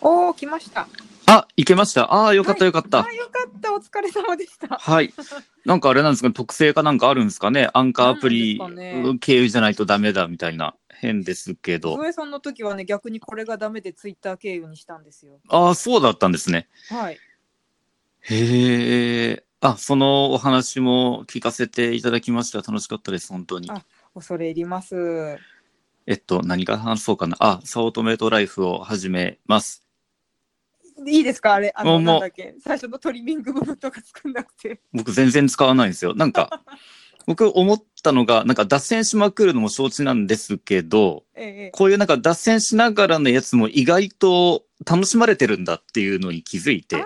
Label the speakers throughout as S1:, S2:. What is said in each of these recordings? S1: おー、来ました。
S2: あ、行けました。ああ、よかったよかった
S1: あ。ー、よかった。お疲れ様でした。
S2: はい。なんかあれなんですか特性かなんかあるんですかねアンカーアプリ
S1: なんですかね
S2: 経由じゃないとダメだみたいな。変ですけど。
S1: 上さんの時はね、逆にこれがダメでツイッター経由にしたんですよ。
S2: ああ、そうだったんですね。
S1: はい。
S2: へえ。あ、そのお話も聞かせていただきました。楽しかったです、本当に
S1: あ。恐れ入ります。
S2: えっと、何が話そうかな。あ、サオトメイトライフを始めます。
S1: いいですかあれ、あ
S2: も
S1: の、
S2: うも
S1: な
S2: うん
S1: だっけ最初のトリミング部分とか作んなくて。
S2: 僕全然使わないんですよ。なんか、僕思ったのが、なんか脱線しまくるのも承知なんですけど、
S1: ええ
S2: こういうなんか脱線しながらのやつも意外と楽しまれてるんだっていうのに気づいて
S1: あ、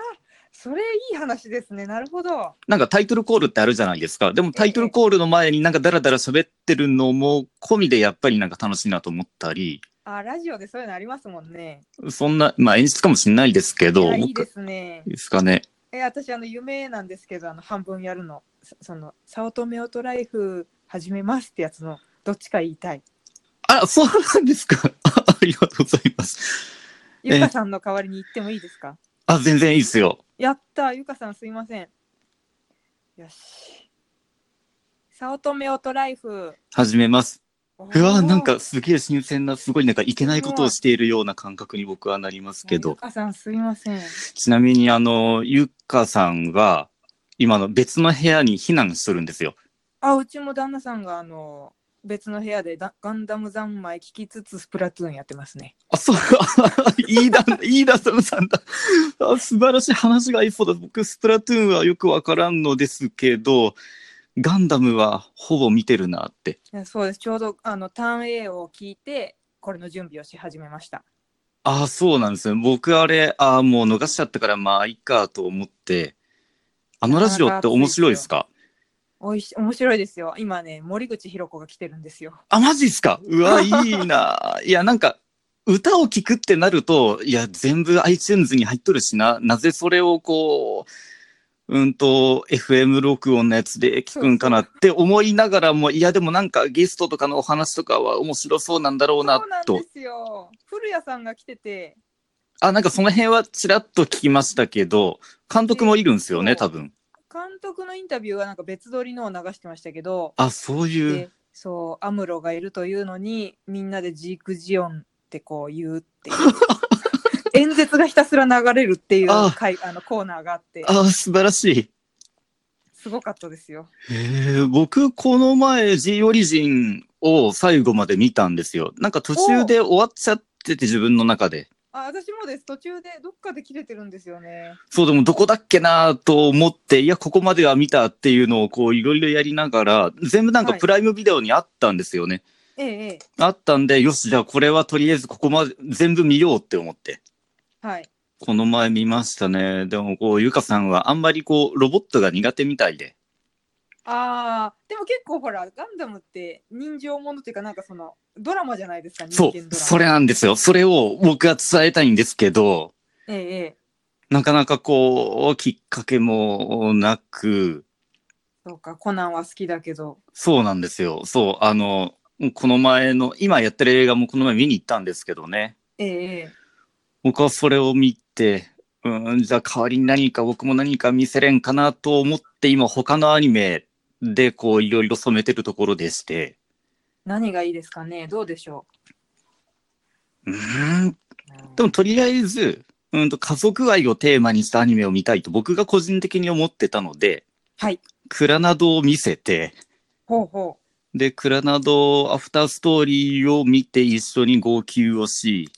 S1: それいい話ですね。なるほど。
S2: なんかタイトルコールってあるじゃないですか。でもタイトルコールの前になんかダラダラ喋ってるのも込みでやっぱりなんか楽しいなと思ったり、
S1: あ、ラジオでそういうのありますもんね。
S2: そんな、まあ演出かもしれないですけ
S1: い
S2: ど、
S1: や
S2: 僕
S1: いいですね
S2: い。いですかね。
S1: え、私、あの、夢なんですけど、あの、半分やるの。そその、サオトメオトライフ始めますってやつの、どっちか言いたい。
S2: あ、そうなんですか。 ありがとうございます。
S1: ゆかさんの代わりに言ってもいいですか
S2: あ、全然いいですよ。
S1: やったゆかさんすいません。よし。早乙女オートライフ。
S2: 始めます。
S1: う
S2: うわ、なんかすげえ新鮮な、すごいなんかいけないことをしているような感覚に僕はなりますけ
S1: ゆ
S2: ど、
S1: かさんすいません。
S2: ちなみにあの、ゆかさんは、今の別の部屋に避難するんですよ。
S1: あ、うちも旦那さんがあの別の部屋でだガンダム三昧聞きつつスプラトゥーンやってますね。
S2: あ、そう、 いいだ、いいだ、サムさんだ。あ素晴らしい話が合いそうだ。僕、スプラトゥーンはよくわからんのですけど、ガンダムはほぼ見てるなって。
S1: いやそうです。ちょうどあのターン A を聞いてこれの準備をし始めました。
S2: ああ、そうなんですね。僕、あれ、ああ、もう逃しちゃったから、まあ、いいかと思って、あのラジオって面白いですか
S1: おいし面白いですよ。今ね森口博子が来てるんですよ。
S2: あ、マジっすか うわ、いいな。いや、なんか、歌を聴くってなると、いや、全部 iTunes に入っとるしな、なぜそれをこう、うんと、FM 録音のやつで聞くんかなって思いながらも、いや、でもなんかゲストとかのお話とかは面白そうなんだろ
S1: そう
S2: な
S1: うなん
S2: と
S1: で。すよ。古谷さんが来てて。
S2: あ、なんかその辺はちらっと聞きましたけど、監督もいるんですよね、
S1: そ
S2: 多
S1: う
S2: 分。
S1: 監督のインタビューはなんか別撮りのを流してましたけど、
S2: あ、そういう
S1: で。そうアムロがいるというのにみんなでジークジオンってこう言うっていう 演説がひたすら流れるっていう
S2: あ
S1: 回あのコーナーがあって
S2: あ、素晴らしい。
S1: すごかったですよ。
S2: へえ僕、この前、G オリジンを最後まで見たんですよ。なんか途中で終わっちゃってて、自分の中で。
S1: あ私もです途中でどっかで切れてるんですよね。
S2: そう、でもどこだっけなと思って、いや、ここまでは見たっていうのを、こう、いろいろやりながら、全部なんか
S1: はい
S2: プライムビデオにあったんですよね。
S1: えええ
S2: あったんで、よし、じゃあこれはとりあえずここまで全部見ようって思って。
S1: え、はい。
S2: この前見ましたね。でも、こう、ゆかさんはあんまりこう、ロボットが苦手みたいで。
S1: あーでも結構ほらガンダムって人情ものっていうかなんかそのドラマじゃないですか人間
S2: そ
S1: ドラ
S2: う、
S1: マ。
S2: それなんですよ。それを僕は伝えたいんですけど、
S1: ええええ、
S2: なかなかこう、きっかけもなく、
S1: そうかコナンは好きだけど。
S2: そうなんですよ。そう、あの、この前の、今やってる映画もこの前見に行ったんですけどね。
S1: ええええ、
S2: 僕はそれを見て、うん、じゃあ代わりに何か僕も何か見せれんかなと思って、今他のアニメでこう、いろいろ染めてるところでして、
S1: 何がいいですかねどうでしょ
S2: うーん、
S1: う
S2: でもとりあえず、うんと家族愛をテーマにしたアニメを見たいと僕が個人的に思ってたので、
S1: はい。
S2: クラナドを見せて、
S1: ほうほ
S2: で、クラナドアフターストーリーを見て一緒に号泣をし、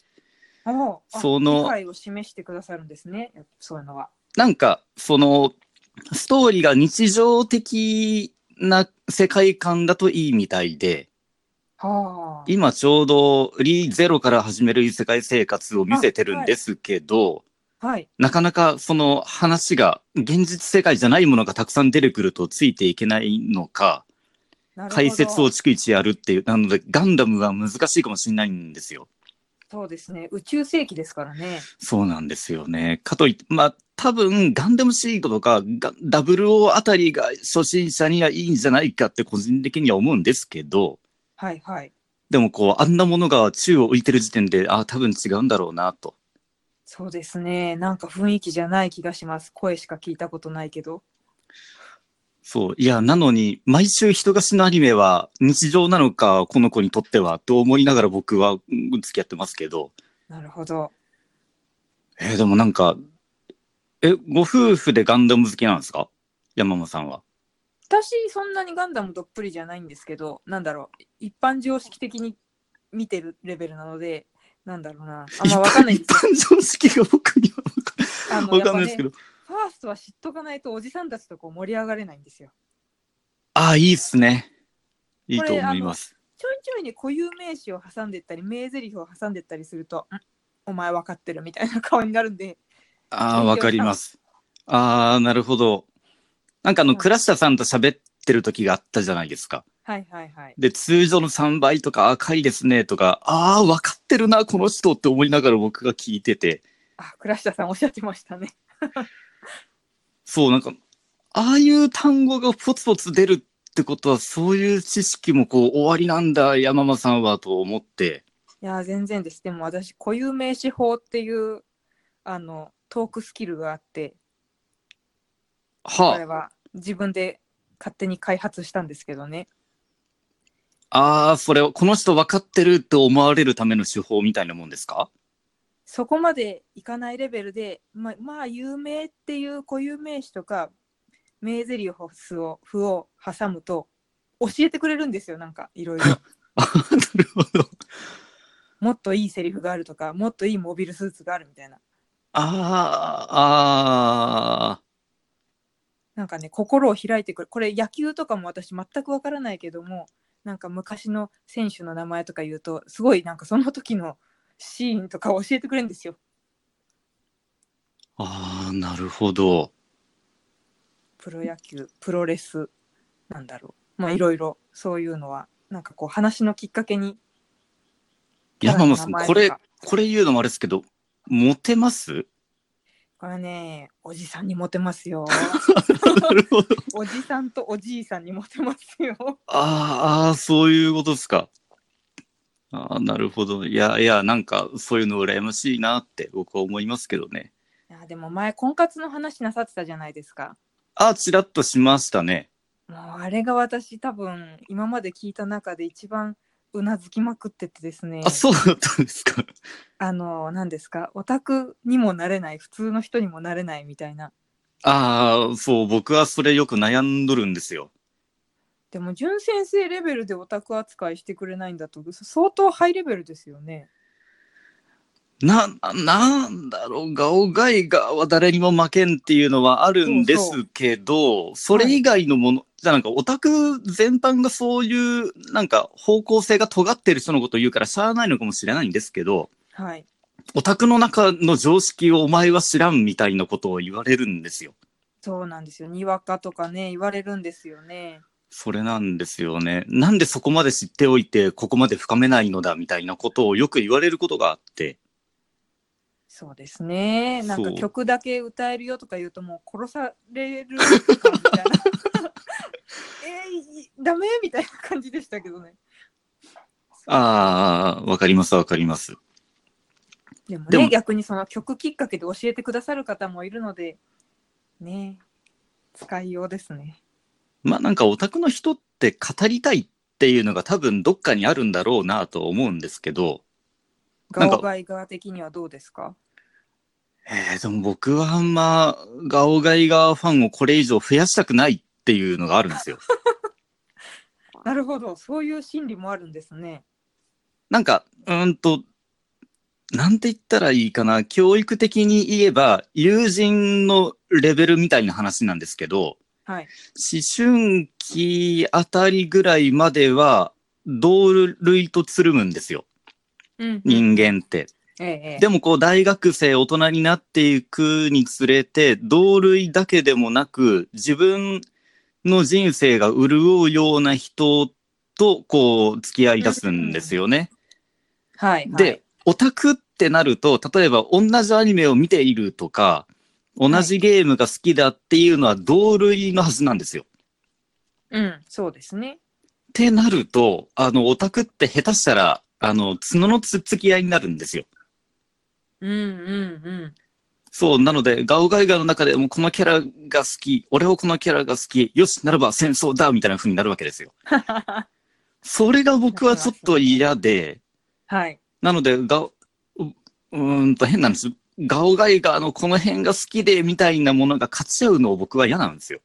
S1: う。ほうあ
S2: その
S1: 理解を示してくださるんですね。そういうのは。
S2: なんか、その、ストーリーが日常的な世界観だといいみたいで、
S1: はあ。
S2: 今ちょうどリーゼロから始める異世界生活を見せてるんですけど、
S1: はい。
S2: なかなかその話が現実世界じゃないものがたくさん出てくるとついていけないのか、
S1: なるほど
S2: 解説を。逐一やるっていう、なのでガンダムは難しいかもしれないんですよ。
S1: そうですね。宇宙世紀ですからね。
S2: そうなんですよね。かといって、まあ、多分、ガンダムシードとか、ガダブルオーあたりが初心者にはいいんじゃないかって個人的には思うんですけど、
S1: はいはい。
S2: でもこう、あんなものが宙を浮いてる時点で、ああ、多分違うんだろうなと。
S1: そうですね。なんか雰囲気じゃない気がします。声しか聞いたことないけど。
S2: そう。いや、なのに、毎週人が死のアニメは日常なのか、この子にとっては、と思いながら僕はうん付き合ってますけど。
S1: なるほど。
S2: えーでもなんか、え、ご夫婦でガンダム好きなんですか山本さんは。
S1: 私、そんなにガンダムどっぷりじゃないんですけど、なんだろう。一般常識的に見てるレベルなので、なんだろうな。あんまわかんないんで
S2: 一般常識が僕には分か
S1: す。あの
S2: わ
S1: やっ
S2: かん
S1: ぱ
S2: ない
S1: ね
S2: ですけど。
S1: ファーストは知っとかないとおじさんたちとこう盛り上がれないんですよ。
S2: ああ、いいっすね。いい
S1: ことれ
S2: 思います。
S1: ちょいちょいね、固有名詞を挟んでったり、名台詞を挟んでったりすると、んお前分かってるみたいな顔になるんで、
S2: ああ、わかります。ああ、なるほど。なんかあの、
S1: はい
S2: 倉下さんと喋ってる時があったじゃないですか。
S1: はいはいはい。
S2: で、通常の3倍とか、赤いですね、とか、ああ、分かってるな、この人って思いながら僕が聞いてて、
S1: あ、倉下さんおっしゃってましたね。
S2: そう、なんか、ああいう単語がポツポツ出るってことは、そういう知識もこう、終わりなんだ、山間さんは、と思って、
S1: いやー、全然です。でも私、固有名詞法っていう、あの、トークスキルがあって、これ
S2: は
S1: は自分で勝手に開発したんですけどね。
S2: あ、ああ、それは、この人分かってると思われるための手法みたいなもんですか
S1: そこまでいかないレベルで、まあ、まあ、有名っていう固有名詞とか、名台詞を符を符を挟むと、教えてくれるんですよ、なんか、いろいろ。
S2: ああ、 なるほど。
S1: もっといいセリフがあるとか、もっといいモビルスーツがあるみたいな。
S2: ああ、ああ、
S1: なんかね、心を開いてくる。これ野球とかも私全くわからないけども、なんか昔の選手の名前とか言うと、すごいなんかその時のシーンとかを教えてくれるんですよ。
S2: ああ、なるほど。
S1: プロ野球、プロレス、なんだろう。まあいろいろ、そういうのは、なんかこう話のきっかけに。
S2: 山間さん、
S1: キャラの名前
S2: これ
S1: とか、
S2: これ言うのもあれですけど、モテます
S1: これね、おじさんにモテますよ。
S2: なるほど。
S1: おじさんとおじいさんにモテますよ。
S2: あーあー、そういうことですか。ああ、なるほど。いやいや、なんか、そういうの羨ましいなって僕は思いますけどね。
S1: いやでも前、婚活の話なさってたじゃないですか。
S2: ああ、ちらっとしましたね。
S1: もうあれが私多分今まで聞いた中で一番うなずきまくっててですね
S2: あ、そうだったんですか。
S1: あの何ですかオタクにもなれない普通の人にもなれないみたいな
S2: ああ、そう、僕はそれよく悩んどるんですよ。
S1: でも純先生レベルでオタク扱いしてくれないんだと相当ハイレベルですよね
S2: な、なんだろう、ガオガイガは誰にも負けんっていうのはあるんですけど、そ
S1: そう
S2: れ以外のもの、じゃあなんかオタク全般がそういう、なんか方向性が尖ってる人のことを言うからしゃあないのかもしれないんですけど、
S1: はい
S2: オタクの中の常識をお前は知らんみたいなことを言われるんですよ。
S1: そうなんですよにわかとかね言われるんですよね
S2: それなんですよね。なんでそこまで知っておいて、ここまで深めないのだみたいなことをよく言われることがあって。
S1: そうですねなんか
S2: そう
S1: 曲だけ歌えるよとか言うともう殺されるかみたいな えー、ダメみたいな感じでしたけどね
S2: ああ、わかりますわかります。
S1: でもね
S2: でも
S1: 逆にその曲きっかけで教えてくださる方もいるのでね使いようですね
S2: まあなんかオタクの人って語りたいっていうのが多分どっかにあるんだろうなと思うんですけど、なん
S1: ガ
S2: か
S1: オガイガー的にはどうですか
S2: えー、でも僕はあんま、ガオガイガーファンをこれ以上増やしたくないっていうのがあるん ですよ。
S1: なるほどそういう心理もあるんですね
S2: なんか、うーんと、なんて言ったらいいかな、教育的に言えば、友人のレベルみたいな話なんですけど、
S1: はい
S2: 思春期あたりぐらいまでは、同類とつるむんですよ、
S1: うん
S2: 人間って。
S1: ええ
S2: でもこう、大学生、大人になっていくにつれて、同類だけでもなく、自分の人生が潤うような人と、こう、付き合い出すんですよね。
S1: はい
S2: で、オタクってなると、例えば同じアニメを見ているとか、同じゲームが好きだっていうのは同類のはずなんですよ。
S1: はい、うんそうですね
S2: ってなると、あの、オタクって下手したら、あの、角のつっつき合いになるんですよ。
S1: うんうんうん。
S2: そう、なので、ガオガイガーの中でもこのキャラが好き、俺はこのキャラが好き、よし、ならば戦争だみたいな風になるわけですよ。それが僕はちょっと嫌で、
S1: はい。
S2: なので、ガオ、ううーんと変なんです。ガオガイガーのこの辺が好きでみたいなものが勝っちゃうのを僕は嫌なんですよ。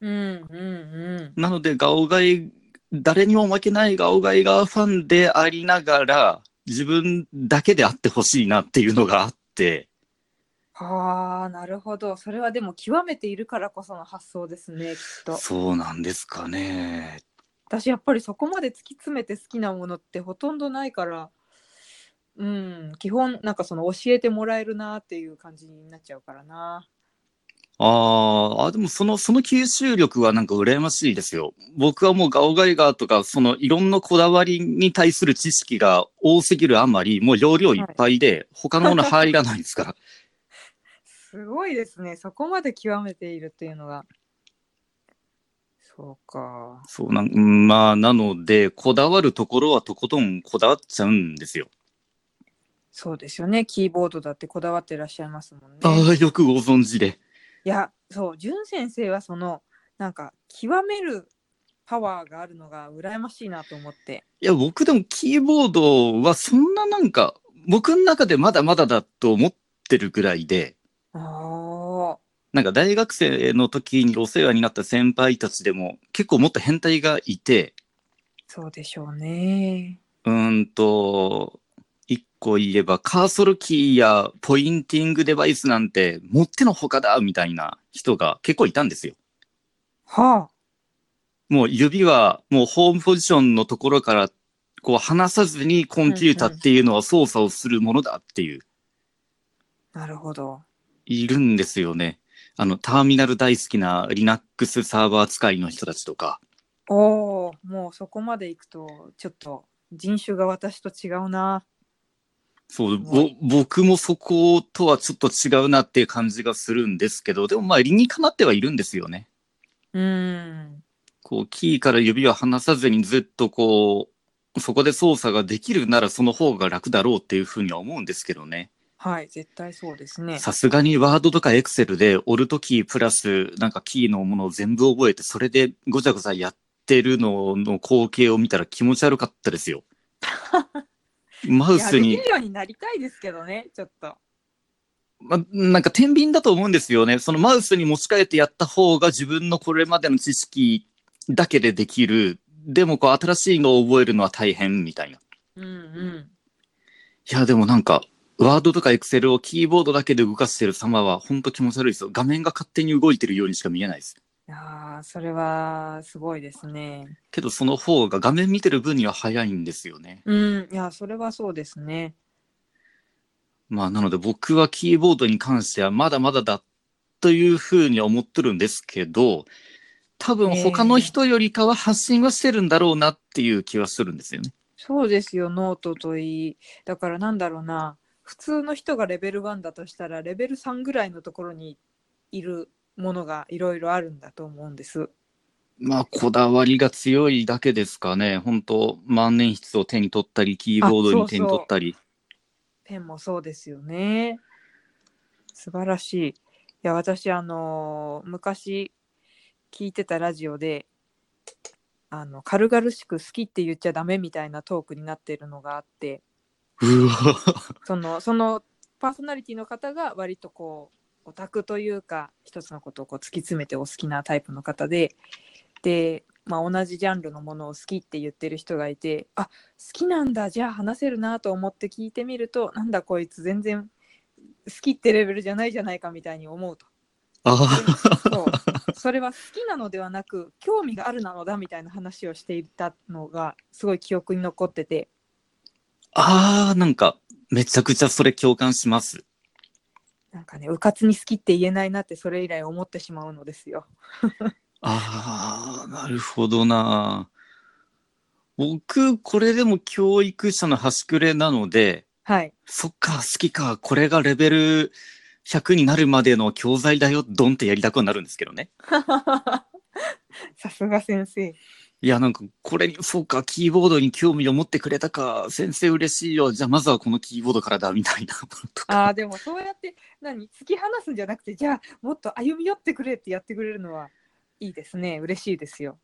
S1: うんうん
S2: なので、ガオガイ、誰にも負けないガオガイガーファンでありながら、自分だけであってほしいなっていうのがあって、
S1: うん。はあ、なるほど。それはでも極めているからこその発想ですね、きっと。
S2: そうなんですかね。
S1: 私やっぱりそこまで突き詰めて好きなものってほとんどないから、うん、基本なんかその教えてもらえるなっていう感じになっちゃうからな。
S2: あーあ、でもその、その吸収力はなんか羨ましいですよ。僕はもうガオガイガーとか、そのいろんなこだわりに対する知識が多すぎるあまり、もう容量いっぱいで、他のもの入らないですから。
S1: すごいですね。そこまで極めているっていうのが。そうか。
S2: そうなん、うんまあ、なので、こだわるところはとことんこだわっちゃうんですよ。
S1: そうですよね。キーボードだってこだわってらっしゃいますもんね。
S2: ああ、よくご存知で。
S1: いやそう淳先生はそのなんか極めるパワーがあるのが羨ましいなと思って
S2: いや、僕でもキーボードはそんななんか、僕の中でまだまだだと思ってるぐらいで、
S1: ああ
S2: なんか大学生の時にお世話になった先輩たちでも結構もっと変態がいて、
S1: そうでしょうね
S2: うーんと、一個言えばカーソルキーやポインティングデバイスなんてもってのほかだみたいな人が結構いたんですよ。
S1: はあ
S2: もう指はもうホームポジションのところからこう離さずにコンピュータっていうのは操作をするものだっていう、
S1: なるほど
S2: いるんですよね。あの、ターミナル大好きな Linux サーバー使いの人たちとか。
S1: おおもうそこまでいくとちょっと人種が私と違うな
S2: そう、
S1: は
S2: ぼ
S1: い、
S2: 僕もそことはちょっと違うなっていう感じがするんですけど、でもまあ理にかなってはいるんですよね。
S1: うーん
S2: こう、キーから指を離さずにずっとこう、そこで操作ができるならその方が楽だろうっていうふうには思うんですけどね。
S1: はい絶対そうですね
S2: さすがにワードとかエクセルでオルトキープラスなんかキーのものを全部覚えて、それでごちゃごちゃやってるのの光景を見たら気持ち悪かったで すよ。マ
S1: い
S2: ウ
S1: や
S2: ス
S1: でき
S2: に
S1: るようになりたいですけどねちょっと
S2: ま、なんか天秤だと思うんですよね。そのマウスに持ち替えてやった方が自分のこれまでの知識だけでできる。でもこう新しいのを覚えるのは大変みたいな。い
S1: うんうん
S2: やでもなんか、ワードとかエクセルをキーボードだけで動かしてる様はほんと気持ち悪いですよ。画面が勝手に動いてるようにしか見えないです。
S1: ああそれはすごいですね
S2: けどその方が画面見てる分には早いんですよね。
S1: うんいやそれはそうですね
S2: まあなので僕はキーボードに関してはまだまだだというふうには思ってるんですけど、多分他の人よりかは発信はしてるんだろうなっていう気はするんですよね。
S1: そうですよ、ノートといい。だからなんだろうな、普通の人がレベル1だとしたら、レベル3ぐらいのところにいるものがいろいろあるんだと思うんです。
S2: まあこだわりが強いだけですかね。本当万年筆を手に取ったり、キーボードに手に取ったり。
S1: ペンもそうですよね。素晴らしい。いや、私、あのー昔聞いてたラジオで、あの軽々しく好きって言っちゃダメみたいなトークになってるのがあって、
S2: うわ。
S1: そのそのパーソナリティの方が割とこうオタクというか一つのことをこう突き詰めてお好きなタイプの方でで、まあ、同じジャンルのものを好きって言ってる人がいてあ好きなんだじゃあ話せるなと思って聞いてみるとなんだこいつ全然好きってレベルじゃないじゃないかみたいに思うと。
S2: ああ。
S1: そうそれは好きなのではなく興味があるなのだみたいな話をしていたのがすごい記憶に残ってて
S2: ああ、なんかめちゃくちゃそれ共感します。
S1: なんかねうかつに好きって言えないなってそれ以来思ってしまうのですよ。
S2: ああ、なるほどな。僕、これでも教育者の端くれなので、
S1: はい。
S2: そっか、好きか、これがレベル100になるまでの教材だよ、ドンってやりたくはなるんですけどね。
S1: さすが先生。
S2: いや、なんか、これに、そうか、キーボードに興味を持ってくれたか、先生嬉しいよ、じゃあまずはこのキーボードからだ、みたいな。 とか
S1: ああでもそうやって何突き放すんじゃなくてじゃあもっと歩み寄ってくれってやってくれるのはいいですね嬉しいですよ。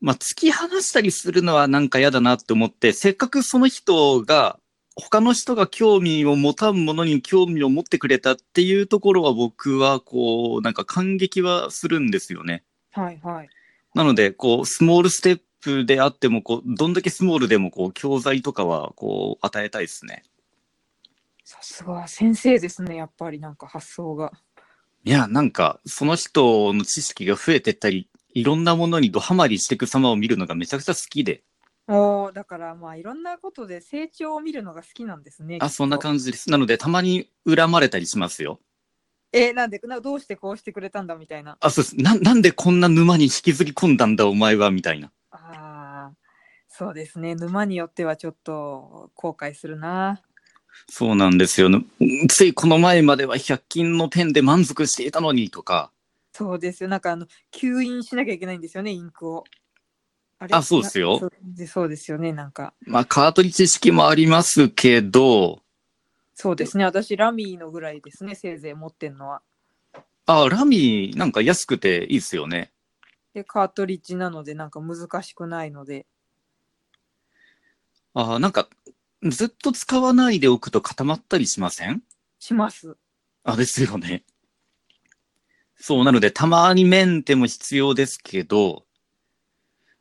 S2: まあ、突き放したりするのはなんか嫌だなって思って、せっかくその人が、他の人が興味を持たんものに興味を持ってくれたっていうところは僕はこう、なんか感激はするんですよね。
S1: はいはい。
S2: なので、こう、スモールステップであっても、こう、どんだけスモールでも、こう、教材とかは、こう、与えたいですね。
S1: さすが先生ですねやっぱりなんか発想が。
S2: いや、なんか、その人の知識が増えてったり、いろんなものにドハマりしていく様を見るのがめちゃくちゃ好きで、
S1: おーだからまあいろんなことで成長を見るのが好きなんですね。
S2: あ、そんな
S1: じ。
S2: 感じです。なので、たまに恨まれたりしますよ。
S1: えーなんでなどうしてこうしてくれたんだみたいな。
S2: あ、そうです。な、なんでこんな沼に引きずり込んだんだ、お前は、みたいな。
S1: ああそうですね沼によってはちょっと後悔するな。
S2: そうなんですよね。ついこの前までは100均のペンで満足していたのに、とか。
S1: そうですよ。なんかあの吸引しなきゃいけないんですよね、インクを。あれ
S2: あそうですよ
S1: なそうでそうですよね、なんか。
S2: まあ、カートリッジ式もありますけど、
S1: そうですね、私、ラミーのぐらいですね、せいぜい持ってんのは。
S2: あ、ラミーなんか安くていいですよね。
S1: で、カートリッジなので、なんか難しくないので。
S2: あ、なんか、ずっと使わないでおくと固まったりしません
S1: します。
S2: あ、ですよね。そう、なので、たまにメンテも必要ですけど、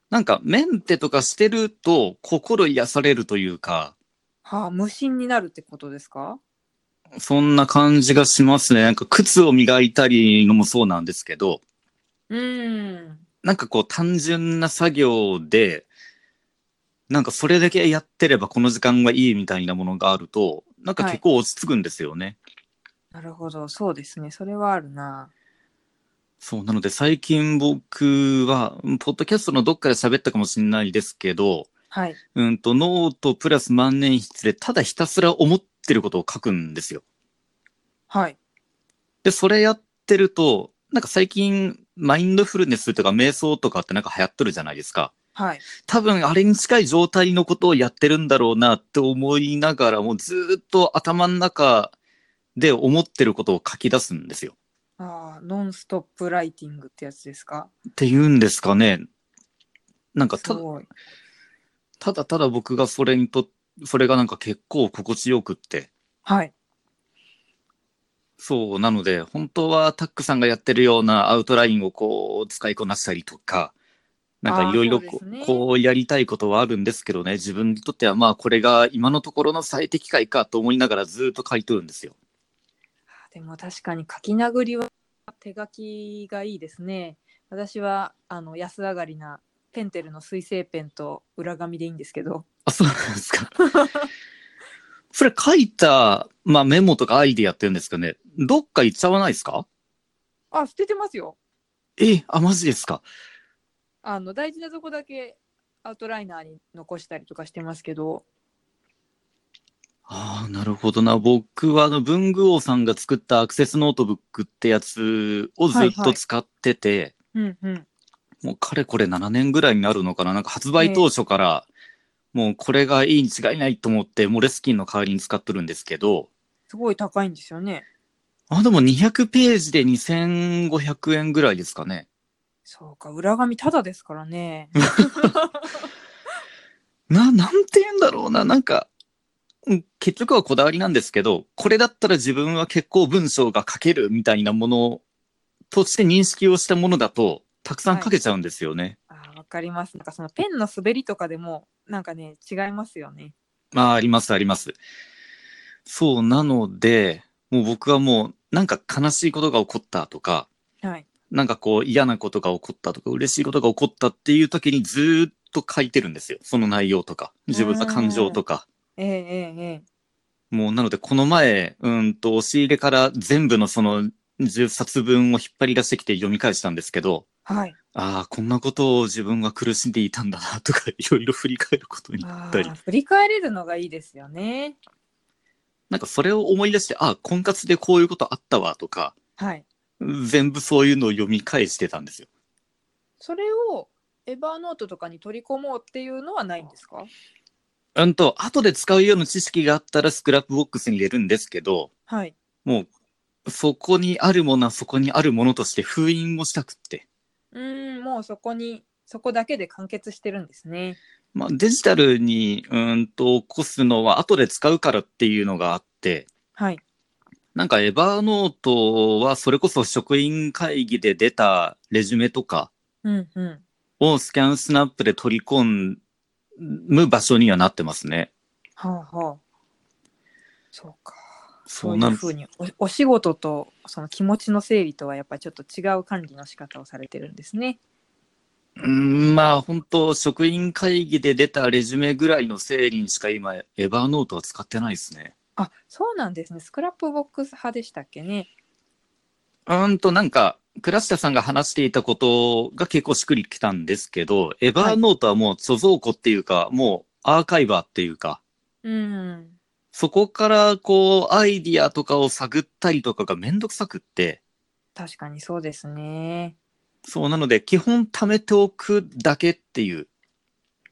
S2: なんか、メンテとかしてると、心癒されるというか、
S1: はあ、無心になるってことですか
S2: そんな感じがしますね。なんか、靴を磨いたりのもそうなんですけど、
S1: うーん。
S2: なんかこう、単純な作業で、なんかそれだけやってればこの時間がいいみたいなものがあると、なんか結構落ち着くんですよね。
S1: なるほど、そうですね、それはあるな。
S2: そう、なので最近僕は、うんポッドキャストのどっかで喋ったかもしれないですけど、
S1: はい。
S2: うんと、ノートプラス万年筆でただひたすら思ってることを書くんですよ。
S1: はい。
S2: で、それやってると、なんか最近、マインドフルネスとか瞑想とかってなんか流行っとるじゃないですか。
S1: はい。
S2: 多分あれに近い状態のことをやってるんだろうなって思いながらもずーっと頭の中で思ってることを書き出すんですよ。
S1: ああ、ノンストップライティングってやつですか
S2: っていうんですかね。なんか
S1: す
S2: ただ
S1: ごい。
S2: ただただ僕がそれにと、それがなんか結構心地よくって。
S1: はい。
S2: そう、なので、本当はタックさんがやってるようなアウトラインをこう、使いこなしたりとか、なん
S1: あー
S2: かいろいろ
S1: そうで
S2: こう
S1: すね
S2: こうやりたいことはあるんですけどね、自分にとってはまあこれが今のところの最適解かと思いながらずっと書いとるんですよ。
S1: でも確かに書き殴りは手書きがいいですね。私はあの安上がりなペンテルの水性ペンと裏紙でいいんですけど。
S2: あ、そうなんですか。 それ書いた、まあメモとかアイディアって言うんですかね、どっか行っちゃわないですか
S1: あ、捨ててますよ。
S2: え、あ、マジですか。
S1: あの大事なとこだけアウトライナーに残したりとかしてますけど。
S2: ああ、なるほどな。僕は、あの、文具王さんが作ったアクセスノートブックってやつをずっ
S1: はいは
S2: と
S1: い
S2: 使ってて、
S1: うんうん。
S2: もうかれこれ7年ぐらいになるのかな。なんか発売当初から、もうこれがいいに違いないと思って、モレスキンの代わりに使ってるんですけど、
S1: すごい高いんですよね。
S2: あ、でも200ページで2500円ぐらいですかね。
S1: そうか、裏紙ただですからね。
S2: な、なんて言うんだろうな。なんか、うん結局はこだわりなんですけど、これだったら自分は結構文章が書けるみたいなものとして認識をしたものだと、たくさん書けちゃうんですよね。
S1: あーわかります。なんかそのペンの滑りとかでもなんかね違いますよね。
S2: まあ、あります、あります。そう、なので、もう僕はもう、なんか悲しいことが起こったとか、
S1: はい。
S2: なんかこう嫌なことが起こったとか、嬉しいことが起こったっていう時にずーっと書いてるんですよ。その内容とか、自分の感情とか。
S1: ええええええ。
S2: もうなのでこの前、うんと、押し入れから全部のその10冊分を引っ張り出してきて読み返したんですけど、
S1: はい。
S2: ああ、こんなことを自分は苦しんでいたんだなとか、い ろいろ振り返ることにな
S1: あ
S2: ったり
S1: あ、、振り返れるのがいいですよね。
S2: なんかそれを思い出して、ああ、婚活でこういうことあったわとか、
S1: はい。
S2: 全部そういうのを読み返してたんですよ。
S1: それをエバーノートとかに取り込もうっていうのはないんですか
S2: うんと、後で使うような知識があったらスクラップボックスに入れるんですけど、
S1: はい。
S2: もう、そこにあるものはそこにあるものとして封印をしたくって。
S1: うーん、もうそこに、そこだけで完結してるんですね。
S2: まあ、デジタルに、うんと、起こすのは後で使うからっていうのがあって、
S1: はい。
S2: なんかエバーノートはそれこそ職員会議で出たレジュメとか
S1: うんうん。
S2: をスキャンスナップで取り込む場所にはなってますね。
S1: はあはあ。そうか。そ
S2: そうう
S1: い
S2: な
S1: うんふうにお、お仕事とその気持ちの整理とはやっぱりちょっと違う管理の仕方をされてるんですね。
S2: うん、まあ本当職員会議で出たレジュメぐらいの整理にしか今エバーノートは使ってないですね。
S1: あ、そうなんですね。スクラップボックス派でしたっけね。
S2: うーんとなんか倉下さんが話していたことが結構しっくりきたんですけど、エバーノートはもう貯蔵庫っていうか、もうアーカイバーっていうか、
S1: うん。
S2: そこからこうアイディアとかを探ったりとかがめんどくさくって、
S1: 確かにそうですね。
S2: そうなので基本貯めておくだけっていう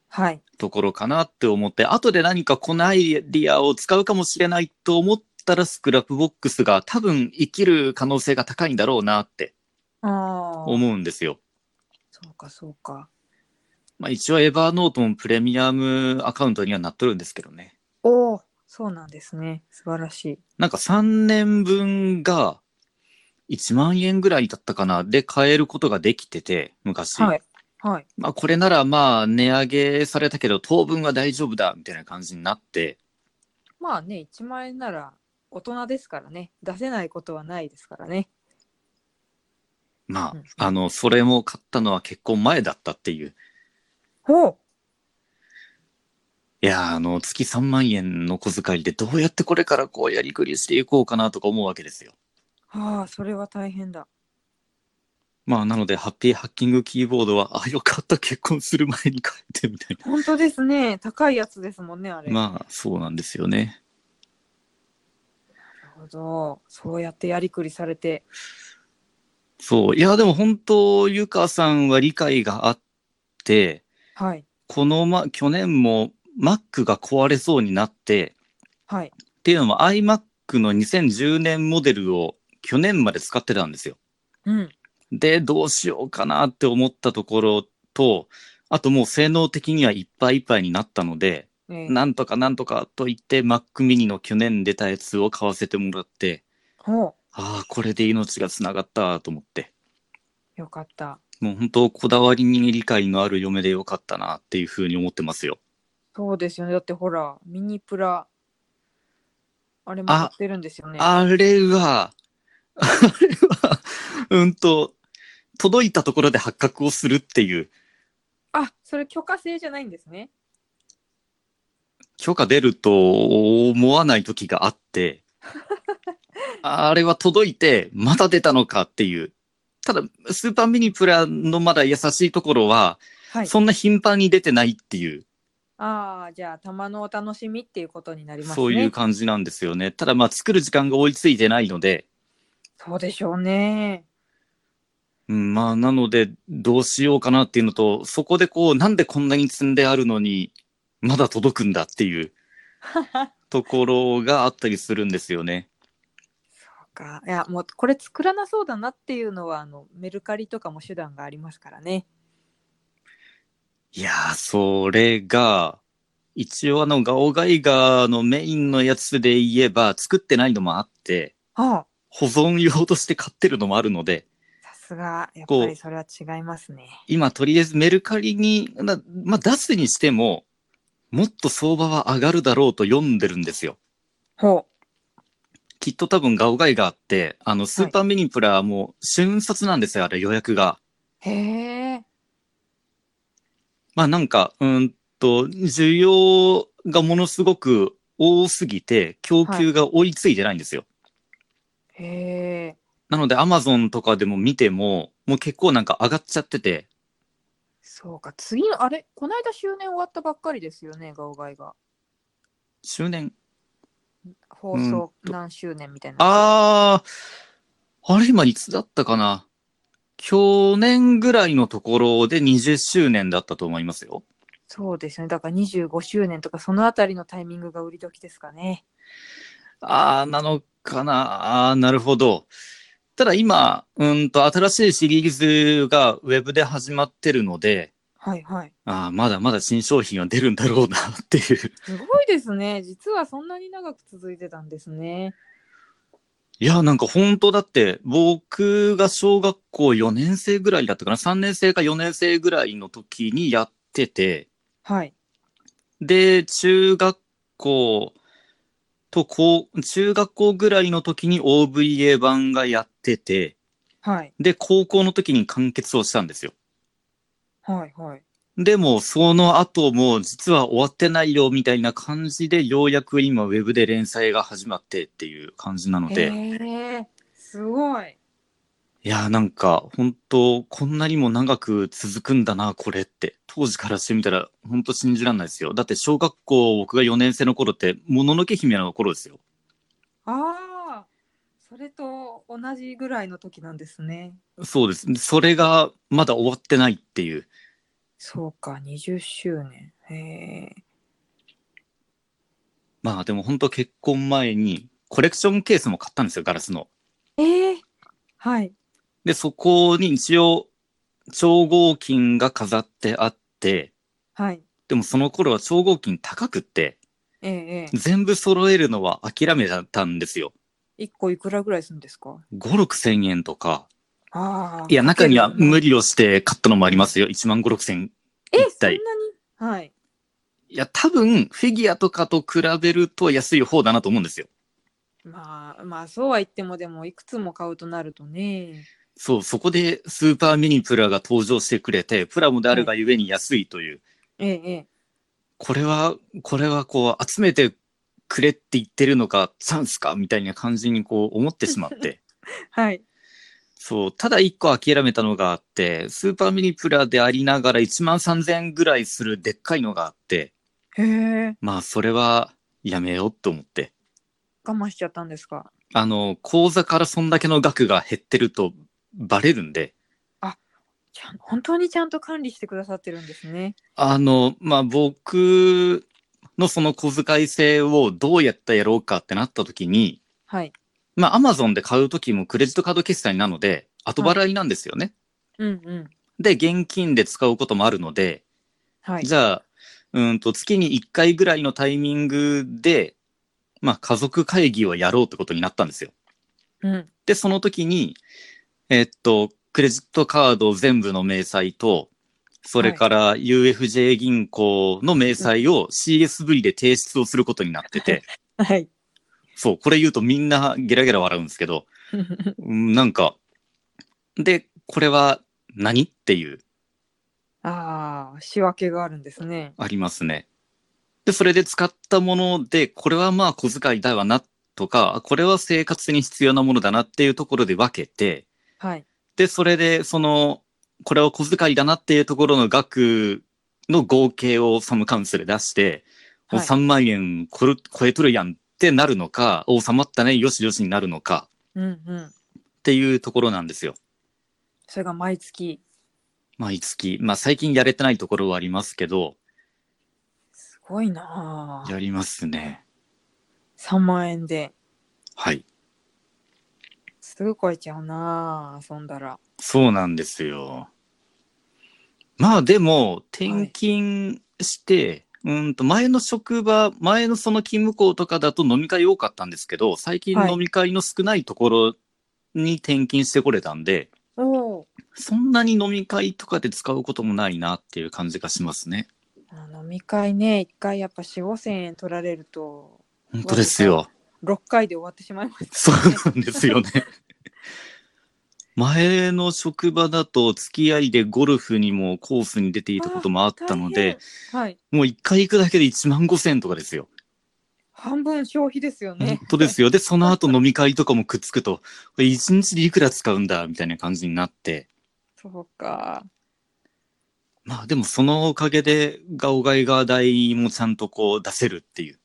S1: はい。
S2: ところかなって思って、後で何かこのアイディアを使うかもしれないと思ったらスクラップボックスが多分生きる可能性が高いんだろうなって
S1: ああ。
S2: 思うんですよ。
S1: そうかそうか。
S2: まあ一応エバーノートもプレミアムアカウントにはなっとるんですけどね。
S1: おお、そうなんですね。素晴らしい。
S2: なんか3年分が1万円ぐらいだったかなで買えることができてて、昔。
S1: はい。はい。
S2: まあこれならまあ値上げされたけど当分は大丈夫だみたいな感じになって、
S1: まあね、1万円なら大人ですからね。出せないことはないですからね。
S2: ま
S1: うん
S2: あ、あの、それも買ったのは結構前だったっていう。
S1: ほう。
S2: いやー、あの、月3万円の小遣いでどうやってこれからこうやりくりしていこうかなとか思うわけですよ。
S1: ああ、それは大変だ。
S2: まあなので、ハッピーハッキングキーボードは、あ、よかった、結婚する前に買えてみたい
S1: 本当ですね。高いやつですもんね、あれ。
S2: な。まあ、そうなんですよね。
S1: なるほど。そうやってやりくりされて。
S2: そう。いや、でも本当、ゆかさんは理解があって、
S1: はい。
S2: この、ま、去年も Mac が壊れそうになって、
S1: はい。
S2: っていうのも iMac の2010年モデルを去年まで使ってたんですよ。
S1: うん。
S2: で、どうしようかなって思ったところと、あともう性能的にはいっぱいいっぱいになったので、
S1: ええ
S2: なんとかなんとかと言って Mac mini の去年出たやつを買わせてもらって、
S1: ほう。
S2: ああ、これで命がつながったと思って、
S1: よかった。
S2: もう本当こだわりに理解のある嫁でよかったなっていうふうに思ってますよ。
S1: そうですよね。だってほら、ミニプラ。あれもやってるんですよね。
S2: あれは、 あれは、うんと、届いたところで発覚をするっていう、
S1: あ、それ許可制じゃないんですね。
S2: 許可出ると思わない時があって、 あれは届いて、また出たのかっていう。ただ、スーパーミニプラのまだ優しいところは、
S1: はい。
S2: そんな頻繁に出てないっていう、
S1: ああ、じゃあ、たまのお楽しみっていうことになりますね。
S2: そういう感じなんですよね。ただ、まあ、作る時間が追いついてないので、
S1: そうでしょうね。
S2: うん、まあ、なので、どうしようかなっていうのと、そこでこう、なんでこんなに積んであるのに、まだ届くんだっていうところがあったりするんですよね。
S1: そうか。いや、もうこれ作らなそうだなっていうのは、あの、メルカリとかも手段がありますからね。
S2: いやー、それが、一応あの、ガオガイガーのメインのやつで言えば、作ってないのもあって、
S1: ああ、
S2: 保存用として買ってるのもあるので、
S1: さすが、やっ
S2: こ
S1: ぱ
S2: う
S1: りそれは違いますね。
S2: 今とりあえずメルカリに、なまあ、出すにしても、もっと相場は上がるだろうと読んでるんですよ。
S1: ほう。
S2: きっと多分ガオガイガーって、あの、スーパーミニプラもう瞬殺なんですよ、あれ予約が。
S1: へえ。
S2: まあなんか、うーんと、需要がものすごく多すぎて、供給が追いついてないんですよ。
S1: へえ。
S2: なので、アマゾンとかでも見ても、もう結構なんか上がっちゃってて、
S1: そうか。次の、あれ、この間周年終わったばっかりですよね、ガオガイが。
S2: 周年。
S1: 放送何周年みたいな。
S2: あー、あれ今いつだったかな去年ぐらいのところで20周年だったと思いますよ。
S1: そうですね。だから25周年とかそのあたりのタイミングが売り時ですかね。
S2: ああ、なのかな。ああ、なるほど。ただ今、うんと、新しいシリーズがウェブで始まってるので、
S1: はいはい。
S2: ああ、まだまだ新商品は出るんだろうなっていう。
S1: すごいですね。実はそんなに長く続いてたんですね。
S2: いや、なんか本当だって、僕が小学校4年生ぐらいだったかな。3年生か4年生ぐらいの時にやってて、
S1: はい。
S2: で、中学校と高、中学校ぐらいの時に OVA 版がやってて、
S1: はい。
S2: で、高校の時に完結をしたんですよ。
S1: はいはい。
S2: でも、その後も、実は終わってないよ、みたいな感じで、ようやく今、ウェブで連載が始まってっていう感じなの
S1: へ
S2: で、
S1: え、すごい。
S2: いやー、なんか、本当こんなにも長く続くんだな、これって。当時からしてみたら、本当信じらんないですよ。だって、小学校、僕が4年生の頃って、もののけ姫の頃ですよ。
S1: ああ、それと同じぐらいの時なんですね。
S2: そうです。それが、まだ終わってないっていう。
S1: そうか、20周年。へえ。
S2: まあ、でも本当結婚前に、コレクションケースも買ったんですよ、ガラスの。
S1: ええはい。
S2: で、そこに一応、超合金が飾ってあって、
S1: はい。
S2: でもその頃は超合金高くって、
S1: えええ
S2: 全部揃えるのは諦めたんですよ。
S1: え。1個いくらぐらいするんですか
S2: 5、6千円とか。
S1: ああ。
S2: いや、中には無
S1: 理。
S2: 理をして買ったのもありますよ。1万5、6千。
S1: え、
S2: 一
S1: そんな
S2: 体
S1: にはい。
S2: いや、多分、フィギュアとかと比べると安い方だなと思うんですよ。
S1: まあ、まあ、そうは言っても、でも、いくつも買うとなるとね。
S2: そう、そこでスーパーミニプラが登場してくれて、プラモであるがゆえに安いという。
S1: ええええ。
S2: これは、これはこう、集めてくれって言ってるのか、チャンスかみたいな感じにこう思ってしまって。
S1: はい。
S2: そう、ただ一個諦めたのがあって、スーパーミニプラでありながら1万3000円ぐらいするでっかいのがあって、
S1: へえ。
S2: まあそれはやめようと思って。
S1: 我慢しちゃったんですか。
S2: あの、口座からそんだけの額が減ってるとバレるんで、
S1: ちゃん本当にちゃんと管理してくださってるんですね。
S2: あの、まあ僕のその小遣い制をどうやってやろうかってなった時に、
S1: はい。
S2: まあ、アマゾンで買うときもクレジットカード決済なので、後払いなんですよね。
S1: うんうん。
S2: で、現金で使うこともあるので、
S1: はい。
S2: じゃあ、うんと、月に1回ぐらいのタイミングで、まあ、家族会議をやろうってことになったんですよ。
S1: うん。
S2: で、その時に、えっと、クレジットカード全部の明細と、それから UFJ 銀行の明細を CSV で提出をすることになっ てて、
S1: はい。
S2: そう、これ言うとみんなゲラゲラ笑うんですけど、うんなんか、で、これは何っていう、
S1: ああ、仕分けがあるんですね。
S2: ありますね。で、それで使ったもので、これはまあ小遣いだわなとか、これは生活に必要なものだなっていうところで分けて、
S1: はい。
S2: で、それで、その、これは小遣いだなっていうところの額の合計をサムカウンセルで出して、
S1: はい
S2: 3万円これ超えとるやんってなるのか、お収まったね、よしよしになるのか
S1: うんうん。
S2: っていうところなんですよ。
S1: それが毎月。
S2: 毎月。まあ最近やれてないところはありますけど、
S1: すごいなあ。
S2: やりますね。
S1: 3万円で。
S2: はい。
S1: すぐ超えちゃうなあ、遊んだら。
S2: そうなんですよ。まあでも、転勤して、うんと、前の職場、前のその勤務校とかだと飲み会多かったんですけど、最近
S1: はい
S2: 飲み会の少ないところに転勤してこれたんで、
S1: おお。
S2: そんなに飲み会とかで使うこともないなっていう感じがしますね。
S1: あ飲み会ね、1回やっぱ4、5千円取られると、
S2: 本当ですよ。
S1: 6回で終わってしまいます、ね。
S2: そうなんですよね。前の職場だと付き合いでゴルフにもコースに出ていたこともあったので、
S1: 大変。はい。
S2: もう一回行くだけで1万5千とかですよ。
S1: 半分消費ですよ
S2: 本
S1: ね。
S2: 当ですよ。で、その後飲み会とかもくっつくと、これ1日でいくら使うんだみたいな感じになって、
S1: そうか。
S2: まあでもそのおかげで、ガオガイガー代もちゃんとこう出せるっていう。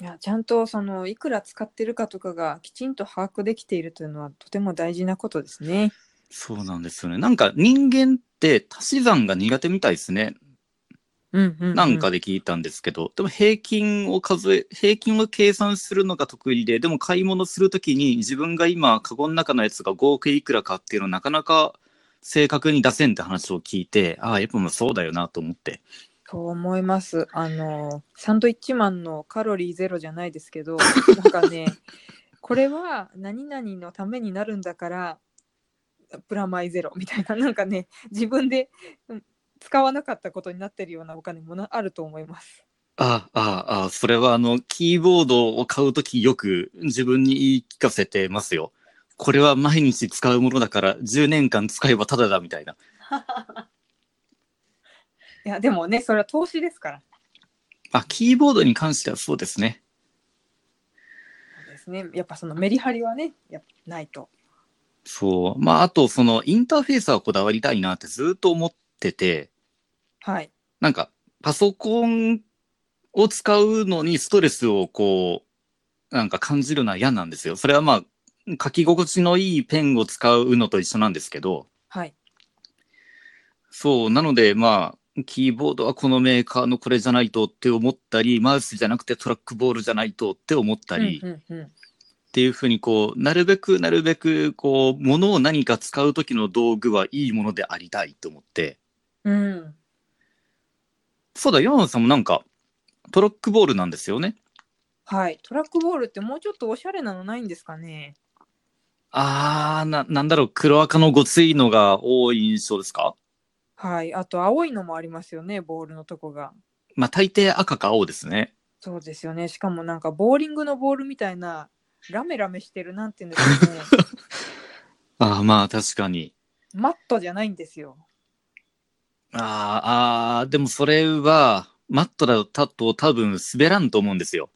S1: いやちゃんとそのいくら使ってるかとかがきちんと把握できているというのはとても大事なことですね。
S2: そうなんですよね。なんか人間って足し算が苦手みたいですね。
S1: うんうんう
S2: なんかで聞いたんですけど、でも平均を数え、平均を計算するのが得意で、でも買い物するときに自分が今、カゴの中のやつが5億いくらかっていうのをなかなか正確に出せんって話を聞いて、ああ、やっぱもうそうだよなと思って。
S1: そう思います。あのサンドイッチマンのカロリーゼロじゃないです けど、なんかね、これは何々のためになるんだから、プラマイゼロみたいな、なんかね、自分でうん使わなかったことになってるようなお金もなあると思います。
S2: ああ、ああ、ああ、それはあの、キーボードを買うときよく自分に言い聞かせてますよ。これは毎日使うものだから10年間使えばタダだみたいな。
S1: いや、でもね、それは投資ですから。
S2: あ、キーボードに関してはそうですね。
S1: そうですね、やっぱそのメリハリはね、やっぱないと。
S2: そう。まあ、あと、その、インターフェースはこだわりたいなってずっと思ってて、
S1: はい。
S2: なんか、パソコンを使うのにストレスをこう、なんか感じるのは嫌なんですよ。それはまあ、書き心地のいいペンを使うのと一緒なんですけど、
S1: はい。
S2: そう。なので、まあ、キーボードはこのメーカーのこれじゃないとって思ったり、マウスじゃなくてトラックボールじゃないとって思ったり、
S1: うんうんうん
S2: っていうふうにこうなるべくなるべくこうものを何か使う時の道具はいいものでありたいと思って
S1: うん、
S2: そうだ山野さんもなんかトラックボールなんですよね
S1: はい。トラックボールってもうちょっとおしゃれなのないんですかね。
S2: あーななんだろう黒赤のごついのが多い印象ですか
S1: はい。あと、青いのもありますよね、ボールのとこが。
S2: まあ大抵赤か青ですね
S1: そうですよね。しかも、なんか、ボーリングのボールみたいな、ラメラメしてる、なんていうんですかね。
S2: あーまあ確かに
S1: マットじゃないんですよ。
S2: あーあーでもそれはマットだと多分滑らんと思うんですよ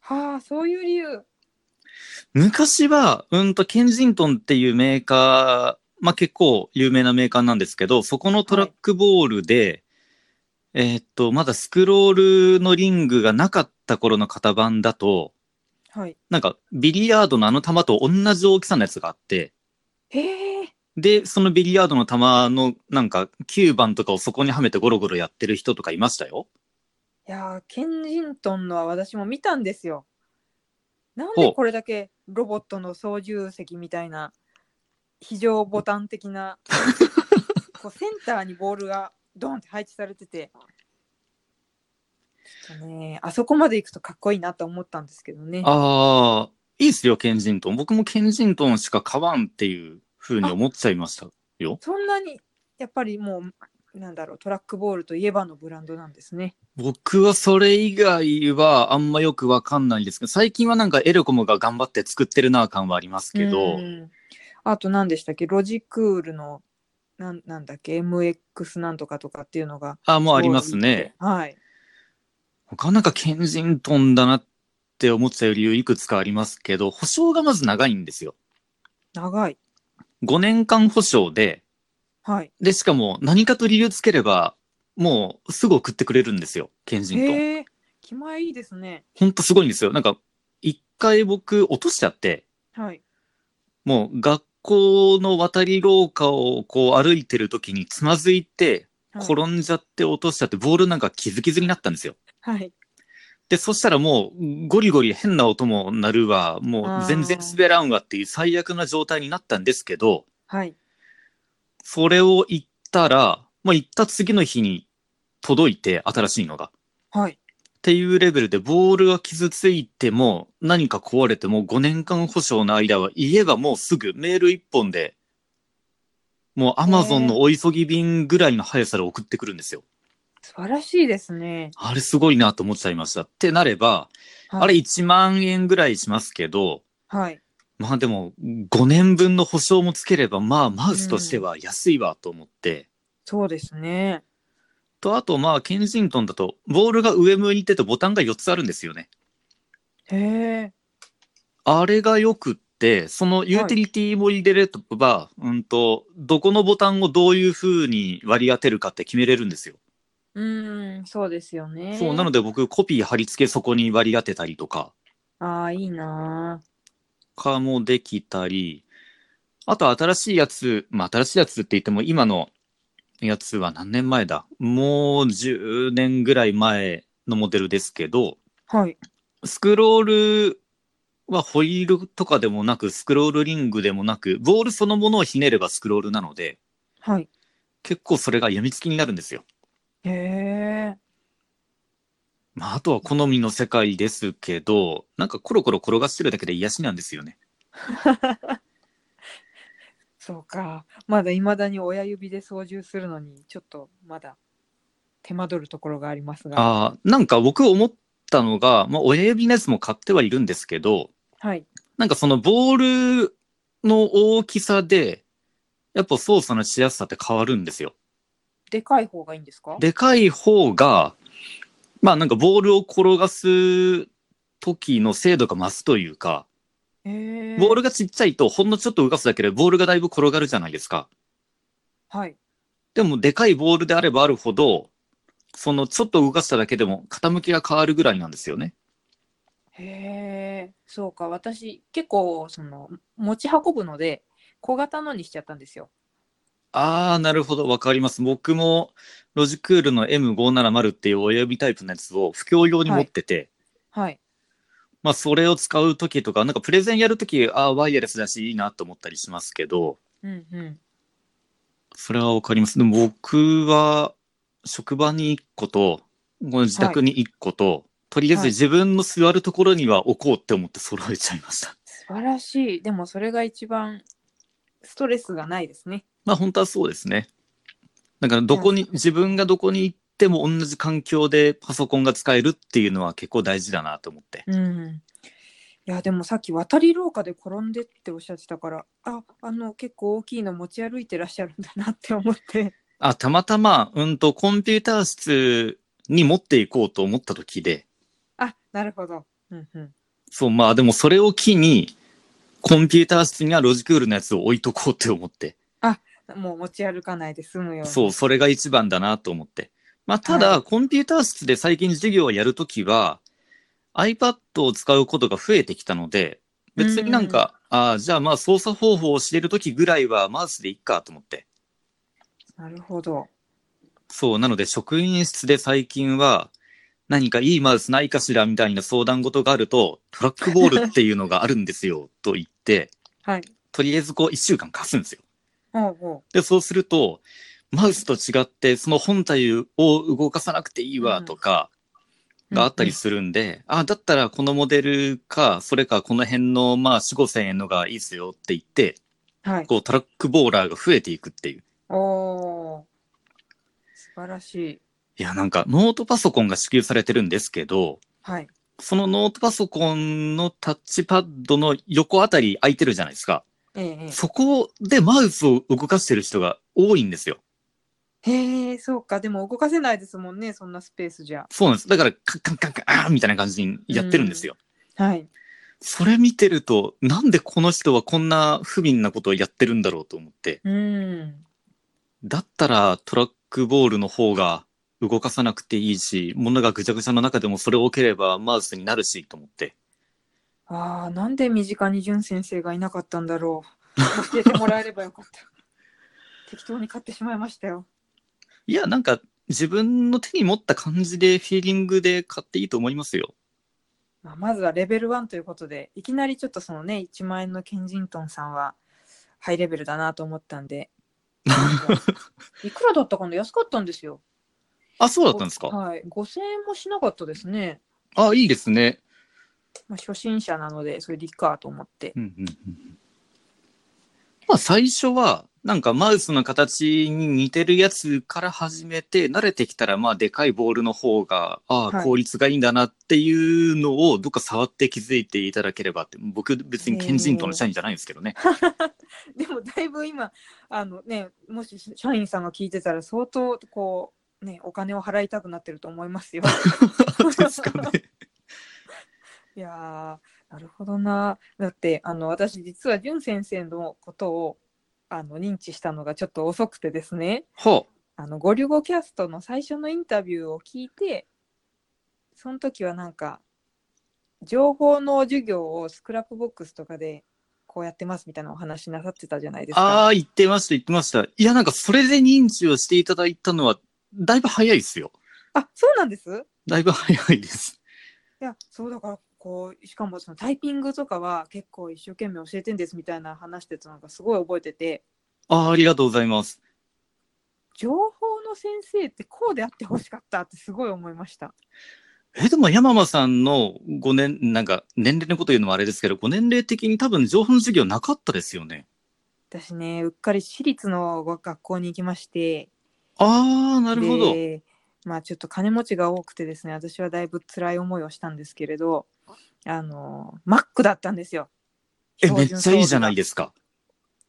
S1: はあ、そういう理由。
S2: 昔は、うんと、ケンジントンっていうメーカー、まあ、結構有名なメーカーなんですけど、そこのトラックボールで、えーっと、まだスクロールのリングがなかった頃の型番だと、
S1: はい。
S2: なんか、ビリヤードのあの球と同じ大きさのやつがあって、
S1: へえ。
S2: で、そのビリヤードの球の、なんか、9番とかをそこにはめてゴロゴロやってる人とかいましたよ。
S1: いやー、ケンジントンのは私も見たんですよ。なん
S2: ほ
S1: で
S2: う
S1: これだけロボットの操縦席みたいな非常ボタン的 なこうセンターにボールがドンって配置されててちょっとねあそこまで行くとかっこいいなと思ったんですけどね
S2: ああ、いいっすよ、ケンジントン。僕もケンジントンしか買わんっていう風に思っちゃいましたよ。
S1: そんなにやっぱりもうなんだろうトラックボールといえばのブランドなんですね
S2: 僕はそれ以外はあんまよくわかんないんですけど、最近はなんかエルコムが頑張って作ってるな感はありますけど、
S1: うんあと何でしたっけロジクールのなんなんだっけ MX なんとかとかっていうのが
S2: あ、もうありますね。。
S1: はい。
S2: 他なんかケンジントンだなって思っちゃう理由いくつかありますけど、保証がまず長いんですよ。
S1: 長い。
S2: 5年間保証で、
S1: はい。
S2: で、しかも何かと理由つければ、もうすぐ送ってくれるんですよ、ケンジントン。
S1: へえ。気前いいですね。
S2: ほんとすごいんですよ。なんか、一回僕落としちゃって、
S1: はい。
S2: もう学校の渡り廊下をこう歩いてる時につまずいて、
S1: はい
S2: 転んじゃって落としちゃって、ボールなんか傷傷になったんですよ。
S1: はい。
S2: で、そしたらもう、ゴリゴリ変な音も鳴るわ、も
S1: あ
S2: う
S1: ー
S2: 全然滑らんわっていう最悪な状態になったんですけど、
S1: はい。
S2: それを言ったら、まあ、言った次の日に届いて、新しいのが。
S1: はい。
S2: っていうレベルで、ボールが傷ついても、何か壊れても、5年間保証の間は、言えばもうすぐメール1本で、もう Amazon のお急ぎ便ぐらいの速さで送ってくるんですよ。
S1: 素晴らしいですね。
S2: あれすごいなと思っちゃいました。ってなれば、
S1: はい
S2: あれ1万円ぐらいしますけど、
S1: はい。
S2: まあでも5年分の保証もつければ、まあマウスとしては安いわと思って、
S1: そうですね。
S2: とあとまあケンジントンだとボールが上向いててボタンが4つあるんですよね。
S1: へえ。
S2: あれがよくって、そのユーティリティも入れれば、うんと、どこのボタンをどういう風に割り当てるかって決めれるんですよ。
S1: うーん、そうですよね。
S2: そう、なの
S1: で。
S2: で僕コピー貼り付けそこに割り当てたりとか、
S1: ああ、いいな
S2: かもできたり、あと新しいやつ、まあ新しいやつって言っても今のやつは何年前だもう10年ぐらい前のモデルですけど、
S1: はい。
S2: スクロールはホイールとかでもなく、スクロールリングでもなく、ボールそのものをひねればスクロールなので、
S1: はい。
S2: 結構それがやみつきになるんですよ。
S1: へえ。
S2: まあ、あとは好みの世界ですけど、なんかコロコロ転がしてるだけで癒しなんですよね。
S1: そうか。まだ未だに親指で操縦するのに、ちょっとまだ手間取るところがありますが。
S2: ああ、なんか僕思ったのが、まあ、親指のやつも買ってはいるんですけど、
S1: はい。
S2: なんかそのボールの大きさで、やっぱ操作のしやすさって変わるんですよ。
S1: でかい方がいいんですか
S2: でかい方が、まあなんかボールを転がす時の精度が増すというか、
S1: へー
S2: ボールがちっちゃいとほんのちょっと動かすだけでボールがだいぶ転がるじゃないですか。
S1: はい。
S2: でもでかいボールであればあるほど、そのちょっと動かしただけでも傾きが変わるぐらいなんですよね。
S1: へえ。そうか。私、結構、その、持ち運ぶので、小型のにしちゃったんですよ。
S2: あー、なるほど。わかります。僕もロジクールの M570 っていう親指タイプのやつを不況用に持ってて、
S1: はい。
S2: まあそれを使う時とか、なんかプレゼンやる時、あー、ワイヤレスだしいいなと思ったりしますけど、
S1: うんうん。
S2: それはわかります。でも僕は、職場に1個と、この自宅に1個と、とりあえず
S1: はい
S2: 自分の座るところには置こうって思って揃えちゃいました。
S1: 素晴らしい。でも、それが一番ストレスがないですね。
S2: まあ本当はそうですね。だからどこに、自分がどこに行っても同じ環境でパソコンが使えるっていうのは結構大事だなと思って。
S1: うん。いやでもさっき渡り廊下で転んでっておっしゃってたからああの結構大きいの持ち歩いてらっしゃるんだなって思って
S2: あ、たまたま、うんと、コンピューター室に持っていこうと思った時で、
S1: あなるほど、うんうん、
S2: そう、まあでもそれを機に、コンピューター室にはロジクールのやつを置いとこうって思って。
S1: もう持ち歩かないで済むように
S2: そう、それが一番だなと思って。まあ、ただ、
S1: は
S2: コンピューター室で最近授業をやるときは、iPad を使うことが増えてきたので、別になんか、ああ、じゃあまあ操作方法を知れるときぐらいはマウスでいっかと思って。
S1: なるほど
S2: そう、なので職員室で最近は、何かいいマウスないかしらみたいな相談事があると、トラックボールっていうのがあるんですよ、と言って、
S1: はい
S2: とりあえずこう一週間貸すんですよ。
S1: おうおう
S2: で、そうすると、マウスと違って、その本体を動かさなくていいわとか、があったりするんで、あ、だったらこのモデルか、それかこの辺の、まあ、4、5千円のがいいですよって言って、
S1: うんはい
S2: こう、トラックボーラーが増えていくっていう。
S1: おー素晴らしい
S2: いや、なんか、ノートパソコンが支給されてるんですけど、
S1: はい
S2: そのノートパソコンのタッチパッドの横あたり空いてるじゃないですか。
S1: ええ
S2: そこでマウスを動かしてる人が多いんですよ。
S1: ええへえそうかでも動かせないですもんねそんなスペースじゃ
S2: そうなんです。だから、カンカンカンカン、あーみたいな感じにやってるんですよ。
S1: はい
S2: それ見てると、なんでこの人はこんな不憫なことをやってるんだろうと思って。
S1: うん
S2: だったらトラックボールの方が動かさなくていいし、物がぐちゃぐちゃの中でもそれを置ければマウスになるしと思って。
S1: ああ、なんで身近に淳先生がいなかったんだろう。教えてもらえればよ かった。適当に買ってしまいましたよ。
S2: いや、なんか自分の手に持った感じでフィーリングで買っていいと思いますよ。
S1: まあ、まずはレベル1ということで、いきなりちょっとそのね、1万円のケンジントンさんはハイレベルだなと思ったん で。いくらだったかな安かったんですよ。
S2: あ、そうだったんですか
S1: はい。5000円もしなかったですね。
S2: あ、いいですね。
S1: まあ、初心者なので、それでいいかと思って。
S2: うんうんうんまあ最初は、なんかマウスの形に似てるやつから始めて、慣れてきたらまあでかいボールの方が、あ
S1: は
S2: あ、
S1: い
S2: 効率がいいんだなっていうのをどっか触って気づいていただければって、僕別にケンジントンの社員じゃないんです けどね。
S1: でもだいぶ今あのねもし社員さんが聞いてたら相当こうねお金を払いたくなってると思いますよ。
S2: ですかね。
S1: いやーなるほどな。だってあの私実は淳先生のことをあの認知したのがちょっと遅くてですね
S2: は
S1: あのゴリュゴキャストの最初のインタビューを聞いてその時はなんか情報の授業をスクラップボックスとかでこうやってますみたいなお話なさってたじゃないです
S2: あ
S1: か。
S2: あ、言ってました、言ってました。いや、なんかそれで認知をしていただいたのは、だいぶ早いですよ。
S1: あそうなんです
S2: だいぶ早いです。
S1: いやそうだからこうしかもそのタイピングとかは結構一生懸命教えてんですみたいな話してたのがすごい覚えてて
S2: ああ、ありがとうございます。
S1: 情報の先生ってこうであってほしかったってすごい思いました。
S2: え、でも山間さんの5年、なんか年齢のこと言うのもあれですけど、ご年齢的に多分情報の授業なかったですよね。
S1: 私ねうっかり私立の学校に行きまして
S2: ああ、なるほど。
S1: でまあちょっと金持ちが多くてですね私はだいぶ辛い思いをしたんですけれどあのマックだったんですよ。
S2: え、めっちゃいいじゃない
S1: で
S2: ですか。